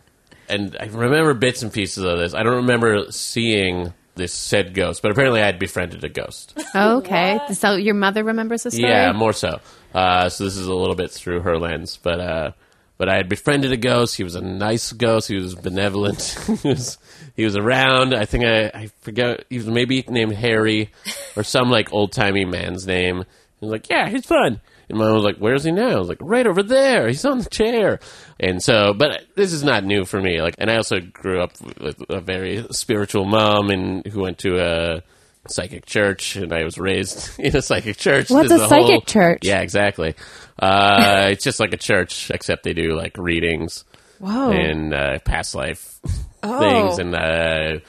and I remember bits and pieces of this. I don't remember seeing this said ghost, but apparently I had befriended a ghost. okay. So your mother remembers the story. Yeah, more so. Uh, so this is a little bit through her lens, but uh, but I had befriended a ghost. He was a nice ghost. He was benevolent. he was he was around. I think I I forget. He was maybe named Harry or some like old timey man's name. And he was like, yeah, he's fun. And my mom was like, "Where's he now?" I was like, "Right over there. He's on the chair." And so, but this is not new for me. Like, and I also grew up with a very spiritual mom, and who went to a psychic church, and I was raised in a psychic church. What's This is a psychic whole- church? Yeah, exactly. Uh, it's just like a church, except they do like readings Whoa. and uh, past life Oh. things and uh,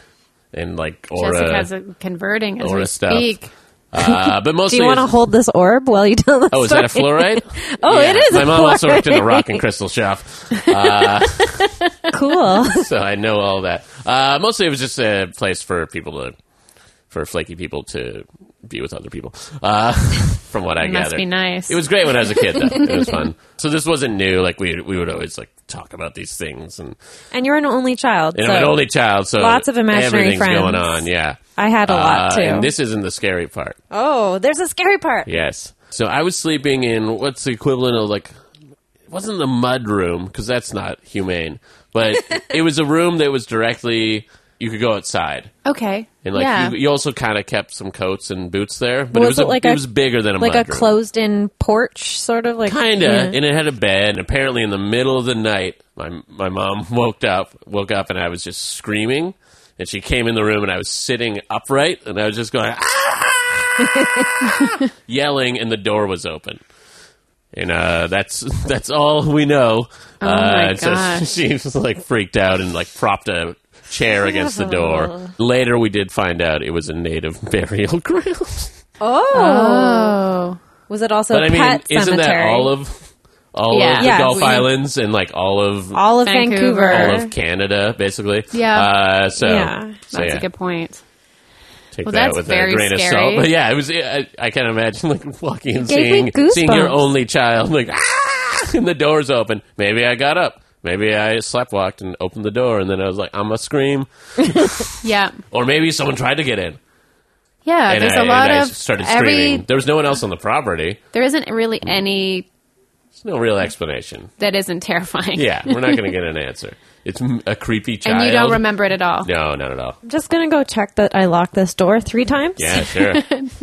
and like aura, Jessica's uh, converting as aura we stuff. speak. uh, but Do mostly. you want to it's- hold this orb while you tell the Oh, is that a fluorite? Oh, it is My a mom also worked in the fluorite. rock and crystal shop. Cool. so I know all that. Uh, mostly, it was just a place for people to, for flaky people to be with other people. Uh, from what I It must gathered, be nice. It was great when I was a kid, though. it was fun. So this wasn't new. Like we we would always like talk about these things, and, and you're an only child. and so I'm an only child, so lots of imaginary everything's friends. going on. Yeah, I had a lot Uh, too. And this isn't the scary part. oh, there's a scary part. Yes. So I was sleeping in what's the equivalent of like, it wasn't the mud room because that's not humane, but it was a room that was directly you could go outside. Okay. And like yeah. you, you also kind of kept some coats and boots there, but Was it was it a, like it a- was bigger than a Like a mudroom. closed in porch, sort of like Kinda, Yeah. and it had a bed. And apparently, in the middle of the night, my my mom woke up, woke up, and I was just screaming. And she came in the room, and I was sitting upright, and I was just going "Ah!" yelling, and the door was open. And uh, that's that's all we know. Oh uh, my and so gosh. she was like freaked out and like propped a chair against the door. Later, we did find out it was a native burial ground. Oh. oh. was it also But a I mean, pet isn't cemetery? that all of all Yeah. of the Yeah, Gulf we- Islands and like all of all, All of Vancouver. Vancouver? of Canada, basically? Yeah. Uh, so Yeah. so, That's yeah, a good point. Take well, that that's with very a grain of scary. salt. But yeah, it was. I, I can't imagine like walking and Gave me seeing seeing your goosebumps. only child like ah! and the doors open. Maybe I got up. Maybe I sleptwalked and opened the door, and then I was like, "I'm gonna scream," Yeah. or maybe someone tried to get in, Yeah. and Uh, there's I, a lot and I of started every. screaming. There was no one else on the property. There isn't really any There's no real explanation. that isn't terrifying. Yeah, we're not going to get an answer. It's m- a creepy child. And you don't remember it at all. No, not at all. I'm just gonna go check that I locked this door three times. Yeah, sure. well,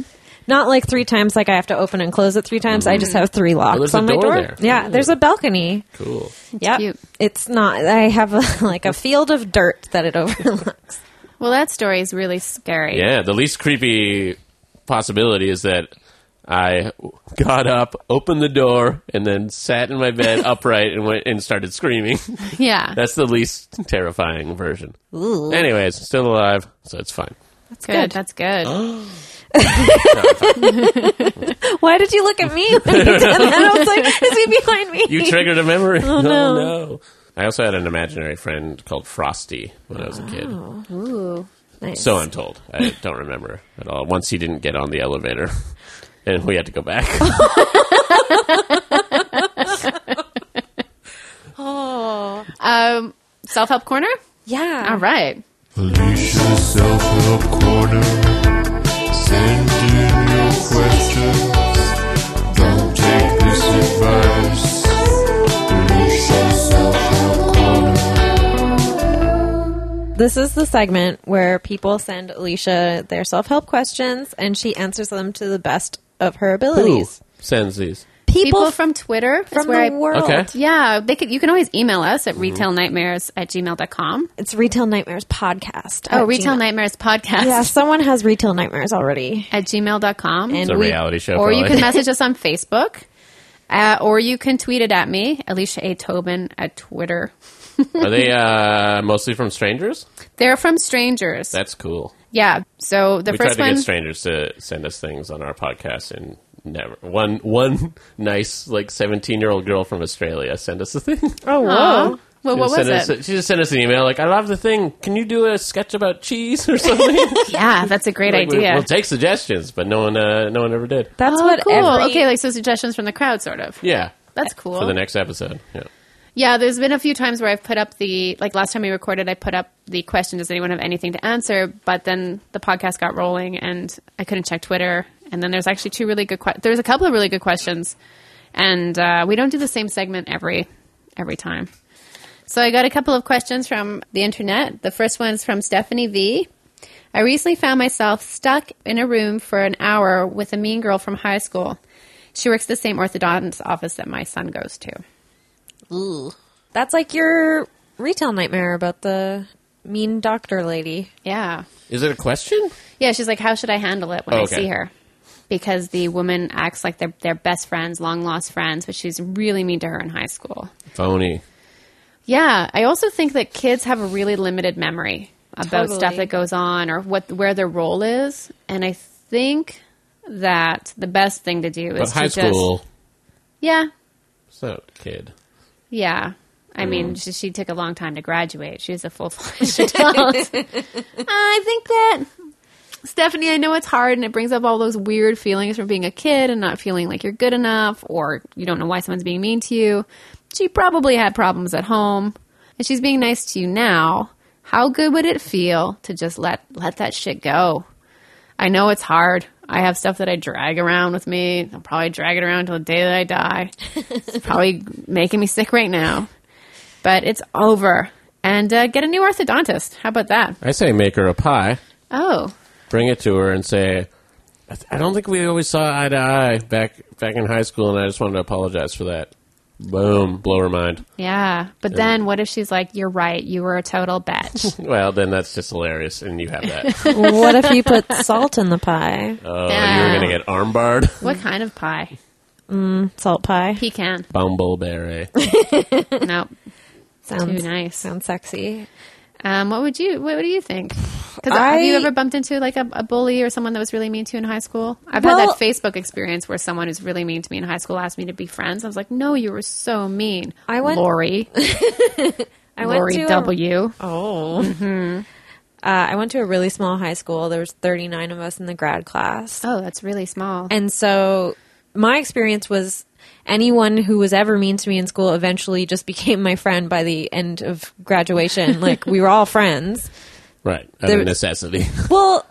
Not like three times, like I have to open and close it three times. I just have three locks Mm. there's a on my door door. there. Yeah, there's a balcony. cool. Yeah, cute. it's not. I have a, like a field of dirt that it overlooks. Well, that story is really scary. Yeah, the least creepy possibility is that I got up, opened the door, and then sat in my bed upright and went and started screaming. Yeah. That's the least terrifying version. Ooh. Anyways, still alive, so it's fine. That's good. good. That's good. Oh. Why did you look at me when you did that? I was like, is he behind me? You triggered a memory. oh, no. no. I also had an imaginary friend called Frosty when I was a kid. Oh. Ooh. Nice. So I'm told. I don't remember at all. Once he didn't get on the elevator, and we had to go back. Oh, Um, Self help corner? yeah. All right. Alicia Self Help Corner. Send in your questions. Don't take this advice. Alicia Self Help Corner. This is the segment where people send Alicia their self help questions and she answers them to the best of her Who abilities. sends these? People, from Twitter. is from the where I, world. Okay. Yeah. They could, you can always email us Mm-hmm. at retailnightmares at gmail.com. It's Retail Nightmares Podcast. Oh, at Retail Gmail. Nightmares Podcast Yeah, someone has Retail Nightmares already. at gmail.com. And It's a we- reality show. or you probably. can message us on Facebook. Uh, or you can tweet it at me, Alicia A. Tobin at Twitter. Are they uh, mostly from strangers? They're from strangers. That's cool. yeah. So the we tried first to one. get strangers to send us things on our podcast, and never one one nice like seventeen year old girl from Australia sent us a thing. Oh, Aw. whoa. Well, what was Sent us- it? she just sent us an email like, "I love the thing. Can you do a sketch about cheese or something?" Yeah, that's a great Like, we- idea. We'll take suggestions, but no one uh, no one ever did. That's oh, what cool. every- Okay, like so suggestions from the crowd, sort of. Yeah, That's cool. for the next episode. Yeah. yeah, there's been a few times where I've put up the like last time we recorded, I put up the question, "Does anyone have anything to answer?" But then the podcast got rolling, and I couldn't check Twitter. And then there's actually two really good. Que- there's a couple of really good questions, and uh, we don't do the same segment every every time. So I got a couple of questions from the internet. The first one's from Stephanie V. I recently found myself stuck in a room for an hour with a mean girl from high school. She works the same orthodontist office that my son goes to. That's like your Retail Nightmare about the mean doctor lady. Yeah. Is it a question? Yeah, she's like, how should I handle it when Oh, Okay. I see her? Because the woman acts like they're, they're best friends, long lost friends, but she's really mean to her in high school. Phony. Yeah, I also think that kids have a really limited memory about Totally. stuff that goes on or what where their role is, and I think that the best thing to do But is high to just school, yeah, it's not a kid. yeah. I mean, she, she took a long time to graduate. She's a full fledged adult. I think that Stephanie, I know it's hard and it brings up all those weird feelings from being a kid and not feeling like you're good enough or you don't know why someone's being mean to you. She probably had problems at home and she's being nice to you now. How good would it feel to just let let that shit go? I know it's hard. I have stuff that I drag around with me. I'll probably drag it around till the day that I die. It's probably making me sick right now. But it's over. And uh, get a new orthodontist. How about that? I say make her a pie, Oh, bring it to her, and say, I, th- I don't think we always saw eye to eye back back in high school, and I just wanted to apologize for that. Boom, blow her mind. Yeah, but then what if she's like, "You're right. You were a total bitch." Well, then that's just hilarious, and you have that. what if you put salt in the pie? Oh, you were gonna get armbarred. what kind of pie? Salt pie. Pecan. Bumbleberry. No. Sounds nice. Sounds sexy. Um, what would you? What, what do you think? Because have I- you ever bumped into like a, a bully or someone that was really mean to you in high school? I've had Well- that Facebook experience where someone who's really mean to me in high school asked me to be friends. I was like, "No, you were so mean." I went- Lori. I Lori a- W. Oh. Uh, I went to a really small high school. There was 39 of us in the grad class. Oh, that's really small. And so my experience was anyone who was ever mean to me in school eventually just became my friend by the end of graduation. like we were all friends. Right. Out There- of necessity. Well,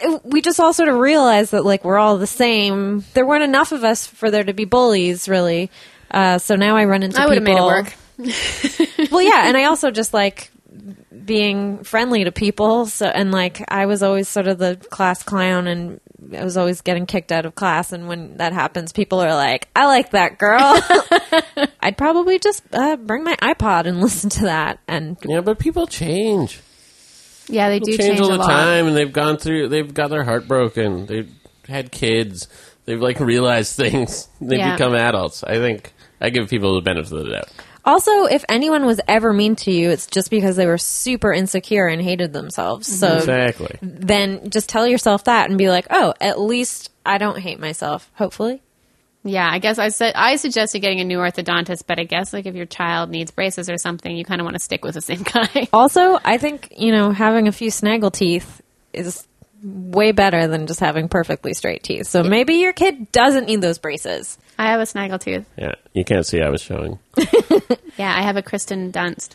it- we just all sort of realized that like we're all the same. There weren't enough of us for there to be bullies, really. Uh, so now I run into I would have made it people- work. well, yeah, and I also just like being friendly to people. So and like I was always sort of the class clown, and I was always getting kicked out of class. And when that happens, people are like, "I like that girl." I'd probably just uh, bring my iPod and listen to that. And yeah, but people change. Yeah, they do People change, all a the lot. time, and they've gone through. They've got their heart broken. They've had kids. They've like realized things. They Yeah. become adults. I think I give people the benefit of the doubt. also, if anyone was ever mean to you, it's just because they were super insecure and hated themselves. So Mm-hmm. Exactly. then just tell yourself that and be like, "Oh, at least I don't hate myself." Hopefully. Yeah, I guess I said I suggested getting a new orthodontist, but I guess like if your child needs braces or something, you kind of want to stick with the same guy. Also, I think, you know, having a few snaggle teeth is way better than just having perfectly straight teeth. So maybe your kid doesn't need those braces. I have a snaggletooth. Yeah, you can't see I was showing. Yeah, I have a Kristen Dunst.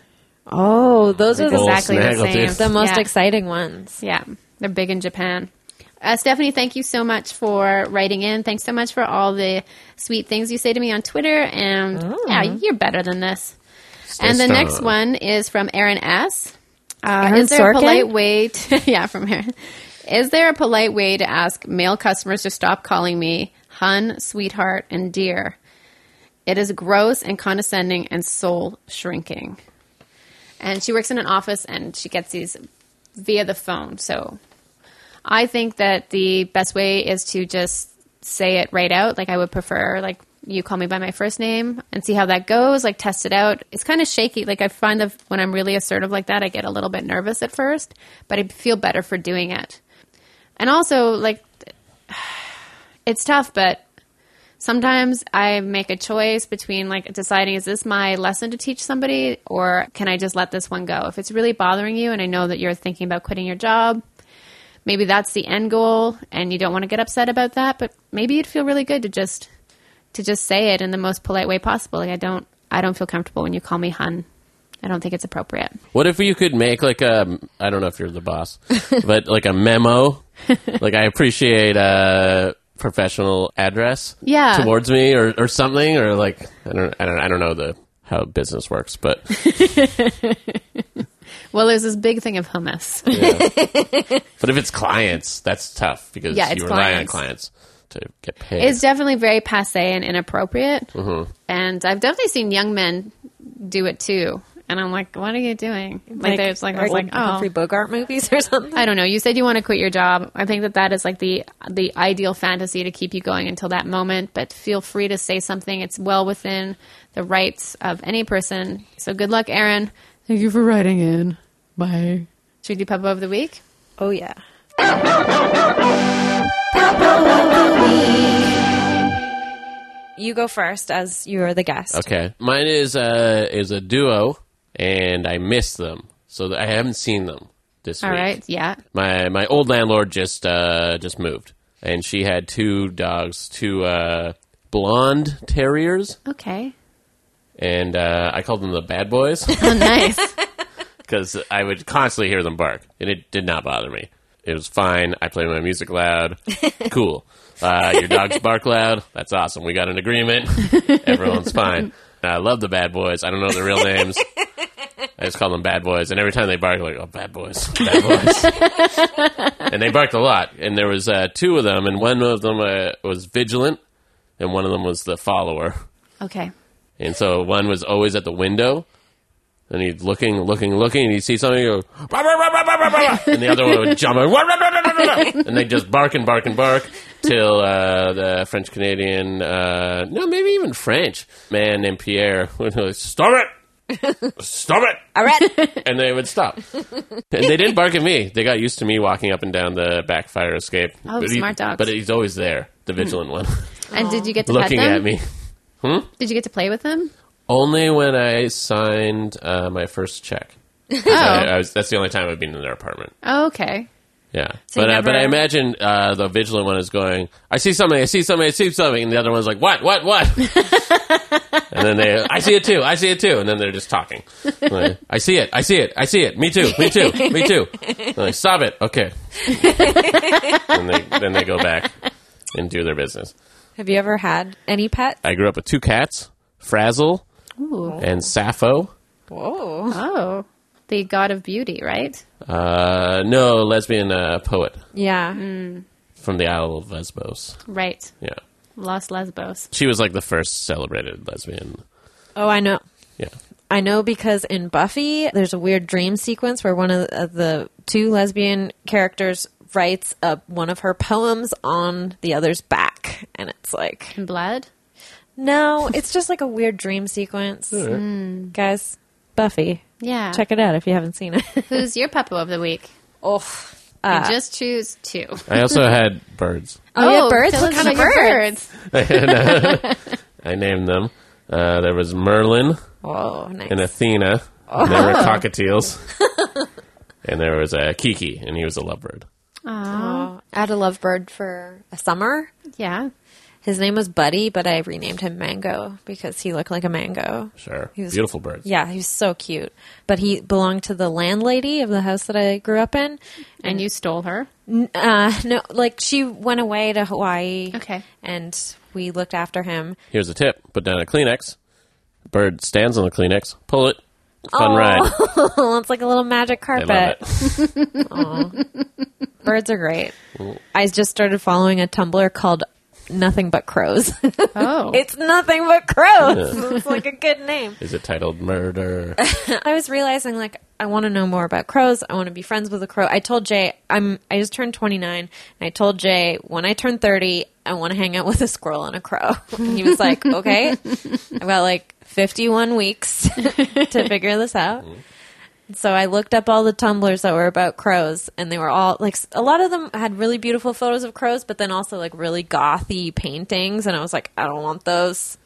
Oh, those are Gold the, exactly the snaggletooth. same. the most Yeah. exciting ones. Yeah, they're big in Japan. Uh, Stephanie, thank you so much for writing in. Thanks so much for all the sweet things you say to me on Twitter. And yeah, you're better than this. and the next strong. one is from Aaron S. Uh, Aaron is there Sorkin? a polite way? To, yeah, from Aaron. Is there a polite way to ask male customers to stop calling me hun, sweetheart, and dear? It is gross and condescending and soul shrinking. And she works in an office and she gets these via the phone. So I think that the best way is to just say it right out. Like I would prefer like you call me by my first name and see how that goes, like test it out. It's kind of shaky. Like I find that when I'm really assertive like that, I get a little bit nervous at first, but I feel better for doing it. And also like it's tough, but sometimes I make a choice between like deciding is this my lesson to teach somebody or can I just let this one go? If it's really bothering you and I know that you're thinking about quitting your job, maybe that's the end goal and you don't want to get upset about that, but maybe it'd feel really good to just to just say it in the most polite way possible. Like I don't I don't feel comfortable when you call me hun. I don't think it's appropriate. What if you could make like a I don't know if you're the boss, but like a memo. like I appreciate a professional address Yeah. towards me or, or something or like I don't I don't I don't know the how business works, but Well, there's this big thing of hummus. but if it's clients, that's tough because Yeah, it's you rely on clients. clients to get paid. It's definitely very passe and inappropriate. And I've definitely seen young men do it too. And and I'm like, what are you doing? Like, Like, there's like, I was like, oh, Humphrey Bogart movies or something. I don't know. You said you want to quit your job. I think that that is like the the ideal fantasy to keep you going until that moment. But feel free to say something. It's well within the rights of any person. So good luck, Aaron. Thank you for writing in. Bye. Should we do Papa of the Week? Oh yeah. You go first, as you are the guest. Okay, mine is uh, is a duo, and I missed them, so th- I haven't seen them this All week. right. Yeah. my my old landlord just uh, just moved, and she had two dogs, two uh, blonde terriers, Okay. and uh, I called them the bad boys Oh, nice. because I would constantly hear them bark, and it did not bother me. It was fine. I played my music loud. Cool. Uh, your dogs bark loud. That's awesome. We got an agreement. Everyone's fine. And I love the bad boys. I don't know their real names. I just call them bad boys, and every time they bark, I'm like, oh, bad boys, bad boys, and they barked a lot. And there was uh, two of them, and one of them uh, was vigilant, and one of them was the follower. Okay. And so one was always at the window, and he's looking, looking, looking, and he'd see something, he'd go, "Bah, bah, bah, bah, bah, bah, bah," and the other one would jump, up, "Wah, rah, rah, rah, rah, rah," and they just bark and bark and bark till uh, the French Canadian, uh, no, maybe even French man named Pierre would go, "Stop it, stop it." All right. and they would stop. and they didn't bark at me. They got used to me walking up and down the back fire escape. Oh, But smart dogs. But he's always there, the vigilant one, And did you get to looking pet them? at me. Did you get to play with them? Only when I signed uh, my first check. I, I was, that's the only time I've been in their apartment. Oh, okay. Yeah, So you but uh, but never- I imagine uh, the vigilant one is going. I see something. I see something. I see something. And the other one's like, "What? What? What?" and then they, "I see it too. I see it too." And then they're just talking. Like, I see it. I see it. I see it. Me too. Me too. Me too. And like, stop it. Okay. and they, then they go back and do their business. Have you ever had any pet? I grew up with two cats, Frazzle Ooh. and Sappho. Whoa. Oh, the god of beauty, right? Uh, no, lesbian uh, poet Yeah. from the Isle of Lesbos. Right. Yeah. Lost Lesbos. She was like the first celebrated lesbian. Oh, I know. Yeah. I know because in Buffy, there's a weird dream sequence where one of the, of the two lesbian characters writes uh one of her poems on the other's back, and it's like And blood. no, it's just like a weird dream sequence, Mm. guys. Buffy, Yeah. check it out if you haven't seen it. Who's your Papa of the Week? oh, And just choose two. I also had birds. oh, yeah, birds. tell What us kind of about birds? your I named them. Uh, there was Merlin Oh, nice. and Athena. And there were cockatiels. and there was uh, Kiki, and he was a lovebird. Oh, I had a lovebird for a summer. Yeah. His name was Buddy, but I renamed him Mango because he looked like a mango. Sure. He was- Beautiful birds. Yeah, he was so cute. But he belonged to the landlady of the house that I grew up in. And you stole her. Uh, no, like she went away to Hawaii. Okay. And we looked after him. Here's a tip put down a Kleenex. Bird stands on the Kleenex. Pull it. Fun Oh, ride. it's like a little magic I carpet. love it. Birds are great. I just started following a Tumblr called Nothing But Crows. Oh. it's nothing but crows. it's like a good name. Is it titled Murder? I was realizing like I want to know more about crows. I want to be friends with a crow. I told Jay I'm I just turned 29 and I told Jay when I turn 30 I want to hang out with a squirrel and a crow. And he was like, "Okay. I've got like 51 weeks to figure this out." Mm-hmm. So I looked up all the tumblers that were about crows and they were all like s- a lot of them had really beautiful photos of crows but then also like really gothy paintings and I was like, "I don't want those."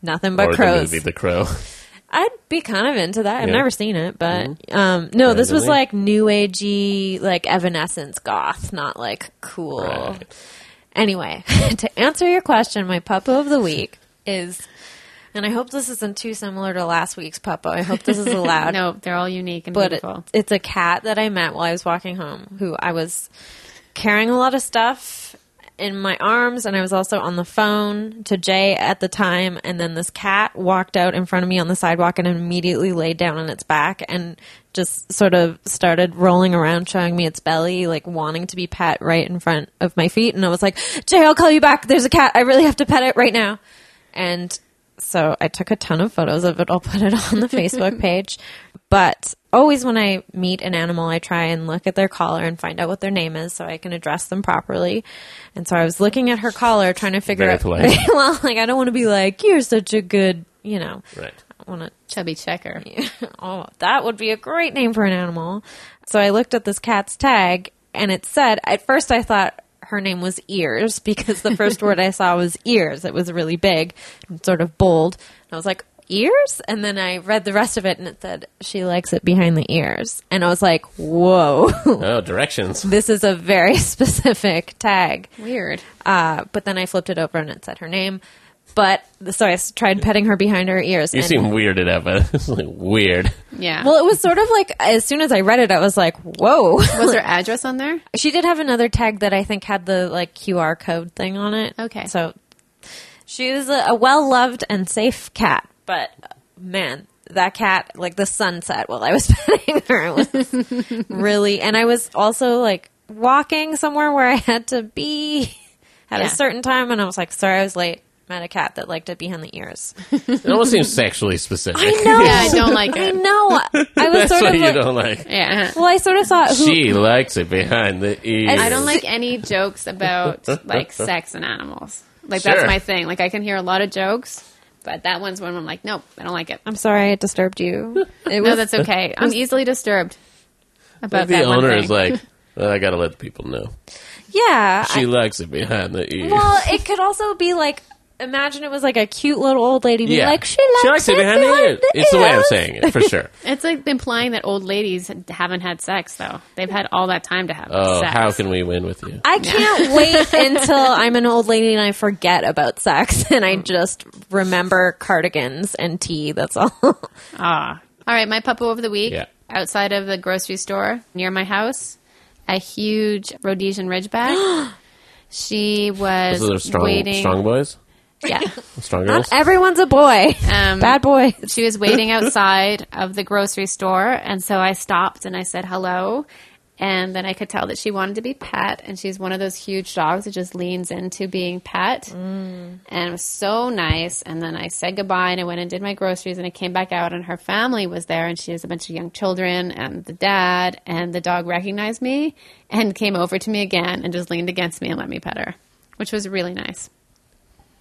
Nothing but or the crows. movie The Crow? I'd be kind of into that. I've Yeah. Mm-hmm. never seen it, but um, no, this was Really? like new agey, like Evanescence goth, not like cool. Right. Anyway, to answer your question, my puppo of the week is, and I hope this isn't too similar to last week's puppo. I hope this is allowed. No, they're all unique and but it- beautiful. it's a cat that I met while I was walking home, who I was carrying a lot of stuff in my arms, and I was also on the phone to Jay at the time. And then this cat walked out in front of me on the sidewalk and immediately laid down on its back and just sort of started rolling around, showing me its belly, like wanting to be pet right in front of my feet. And I was like, Jay, I'll call you back. There's a cat. I really have to pet it right now. And so I took a ton of photos of it. I'll put it on the Facebook page. But always when I meet an animal, I try and look at their collar and find out what their name is so I can address them properly. And so I was looking at her collar trying to figure Very out. polite. well, like, I don't want to be like, you're such a good, you know. Right. I want to Chubby checker. oh, that would be a great name for an animal. So I looked at this cat's tag and it said, at first I thought her name was ears because the first word I saw was ears. It was really big and sort of bold. And I was like, ears? And then I read the rest of it and it said, she likes it behind the ears. And I was like, whoa, Oh, directions. this is a very specific tag. Weird. Uh, but then I flipped it over and it said her name. But so I s- tried petting her behind her ears. You and seem weirded out, but it's like weird. Yeah. Well, it was sort of like as soon as I read it, I was like, "Whoa!" was there address on there? she did have another tag that I think had the like QR code thing on it. Okay. so she is a, a well-loved and safe cat, but uh, man, that cat like the sunset while I was petting her was really, and I was also like walking somewhere where I had to be at Yeah. a certain time, and I was like, "Sorry, I was late." Met a cat that liked it behind the ears. It almost seems sexually specific. I know. Yeah, I don't like I it. know. I was That's sort what of you like. don't like. Yeah. Well, I sort of thought who She likes it behind the ears. I don't like any jokes about like sex and animals. Like Sure. that's my thing. Like I can hear a lot of jokes, but that one's one I'm like, nope, I don't like it. I'm sorry I disturbed you. It was No, that's okay. I'm easily disturbed about Like the that one owner thing. is like, well, I gotta let the people know. yeah. She I- likes it behind the ears. well, it could also be like imagine it was like a cute little old lady being yeah, like she likes, it behind the ears. It's the way I'm ears." saying it for sure. it's like implying that old ladies haven't had sex though. They've had all that time to have Oh, sex. how can we win with you? I can't wait until I'm an old lady and I forget about sex and Mm. I just remember cardigans and tea. That's all. Ah. All right, my puppo of the week. Yeah. Outside of the grocery store near my house, a huge Rhodesian Ridgeback. she was Those are strong, waiting. strong boys, Yeah. strong Not girls. everyone's a boy. Um, Bad boy. she was waiting outside of the grocery store, and so I stopped and I said hello. And then I could tell that she wanted to be pet, and she's one of those huge dogs that just leans into being pet. Mm. And it was so nice. And then I said goodbye, and I went and did my groceries, and I came back out, and her family was there, and she has a bunch of young children, and the dad, and the dog recognized me and came over to me again and just leaned against me and let me pet her, which was really nice.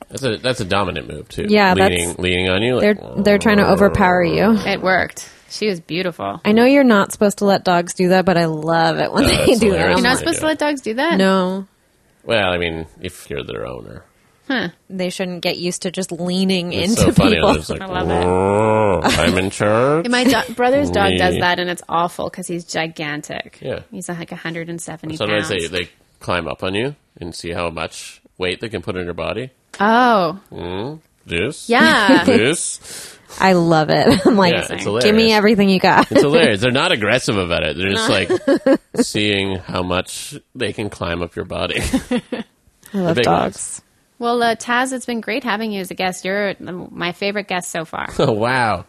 That's a that's a dominant move too. Yeah, that's- leaning leaning on you. They're Like, they're trying to overpower you. It worked. She was beautiful. I know you're not supposed to let dogs do that, but I love it when Oh, they that's do hilarious. that. I'm You're not They like, supposed do to it. let dogs do that. no. well, I mean, if you're their owner, they shouldn't get used to just leaning it's into so funny. people. I'm just like, I love it. "Whoa, I'm in charge. And my do- brother's dog does Me. that, and it's awful because he's gigantic. Yeah. he's uh, like 170 pounds. Sometimes they they climb up on you and see how much weight they can put in your body. Mm, oh, This, yeah, this. I love it. I'm like, Yeah, it's give hilarious. me everything you got. It's hilarious. They're not aggressive about it. They're just like seeing how much they can climb up your body. I love big dogs. well, uh, Taz, it's been great having you as a guest. You're um, my favorite guest so far. oh wow!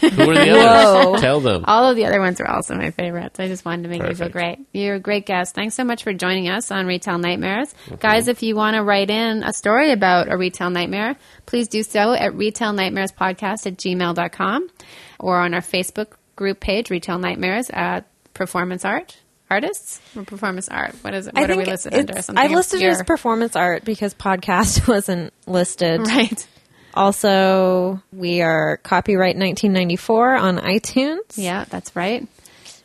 Who are the Whoa. others? Tell them. All of the other ones are also my favorites. I just wanted to make you feel Perfect. great. You're a great guest. Thanks so much for joining us on Retail Nightmares. Guys, if you want to write in a story about a retail nightmare, please do so at retail nightmares podcast at gmail.com or on our Facebook group page, Retail Nightmares at Performance Art Artists or Performance Art. What is it? What are we listed under? it's- Something I listed it as obscure. performance art because podcast wasn't listed. Right. Also, we are copyright 1994 on iTunes. Yeah, that's right.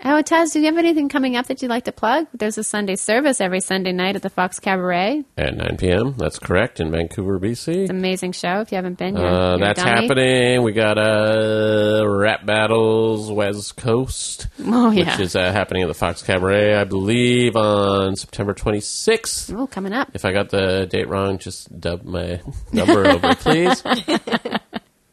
Oh, Taz, do you have anything coming up that you'd like to plug? There's a Sunday service every Sunday night at the Fox Cabaret. At 9 p.m. That's correct in Vancouver, BC. amazing show. If you haven't been, you're, Uh, you're that's a dummy. happening. We got uh, rap battles West Coast, Oh, yeah. which is uh, happening at the Fox Cabaret, I believe, on September 26th. Oh, coming up. If I got the date wrong, just dub my number over, please.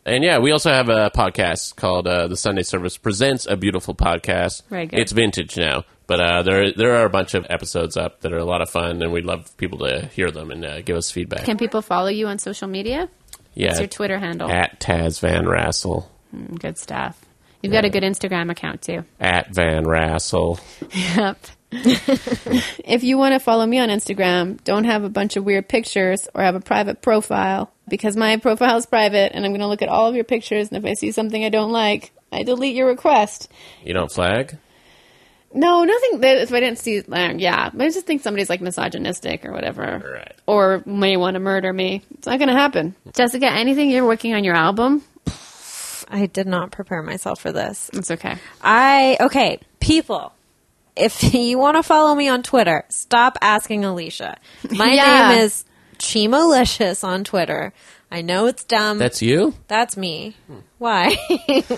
and yeah, we also have a podcast called uh, "The Sunday Service Presents a Beautiful Podcast." Very good. It's vintage now, but uh, there there are a bunch of episodes up that are a lot of fun, and we'd love people to hear them and uh, give us feedback. Can people follow you on social media? yeah, What's your Twitter handle? at Taz Van Rassel. Mm, Good stuff. You've got a good Instagram account too. At Van Rassel. Yep. if you want to follow me on Instagram, don't have a bunch of weird pictures or have a private profile because my profile is private and I'm going to look at all of your pictures. And if I see something I don't like, I delete your request. You don't flag? No, nothing. That, if I didn't see, um, yeah, but I just think somebody's like misogynistic or whatever, Right. or may want to murder me. It's not going to happen. Jessica, anything you're working on your album? I did not prepare myself for this. It's okay. I okay, people. If you want to follow me on Twitter, stop asking Alicia. My Yeah. name is Chimolicious on Twitter. I know it's dumb. That's you? That's me. Why?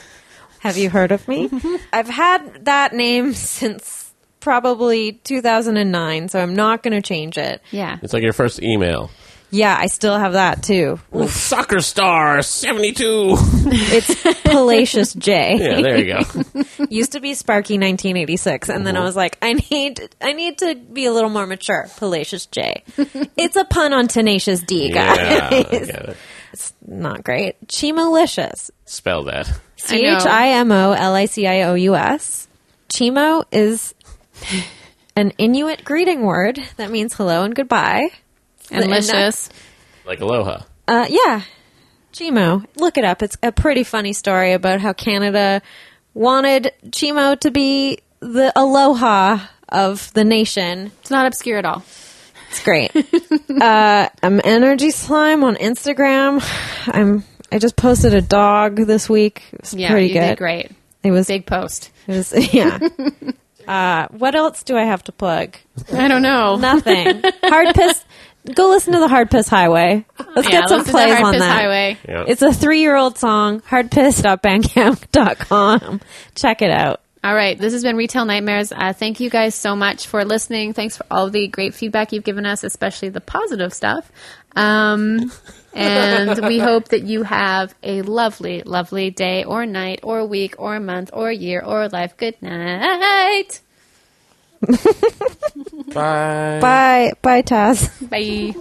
Have you heard of me? I've had that name since probably 2009, so I'm not going to change it. Yeah. It's like your first email. Yeah, I still have that too. Soccer star 72. It's Palacious J. yeah, there you go. Used to be Sparky 1986, and then I was like, I need, I need to be a little more mature. Palacious J. it's a pun on Tenacious D, guys. Yeah, I get it. Not great. Chimolicious. Spell that. C H I M O L I C I O U S. Chimo is an Inuit greeting word that means hello and goodbye. And Licious. Like aloha. Uh, yeah, Chimo. Look it up. It's a pretty funny story about how Canada wanted Chimo to be the aloha of the nation. It's not obscure at all. It's great. uh, I'm energy slime on Instagram. I'm. I just posted a dog this week. It was Yeah, pretty you good. did great. It was Big post. It was, yeah. uh, what else do I have to plug? I don't know. Nothing. Hard piss. Go listen to the Hard Piss Highway. Let's yeah, get some listen to plays Hard on Piss that. Highway. Yeah. It's a three-year-old song. Hardpiss.bandcamp.com. Check it out. All right. This has been Retail Nightmares. Uh, thank you guys so much for listening. Thanks for all the great feedback you've given us, especially the positive stuff. Um, and we hope that you have a lovely, lovely day or night or week or month or year or life. Good night. Bye. Bye, bye, Taz. Bye.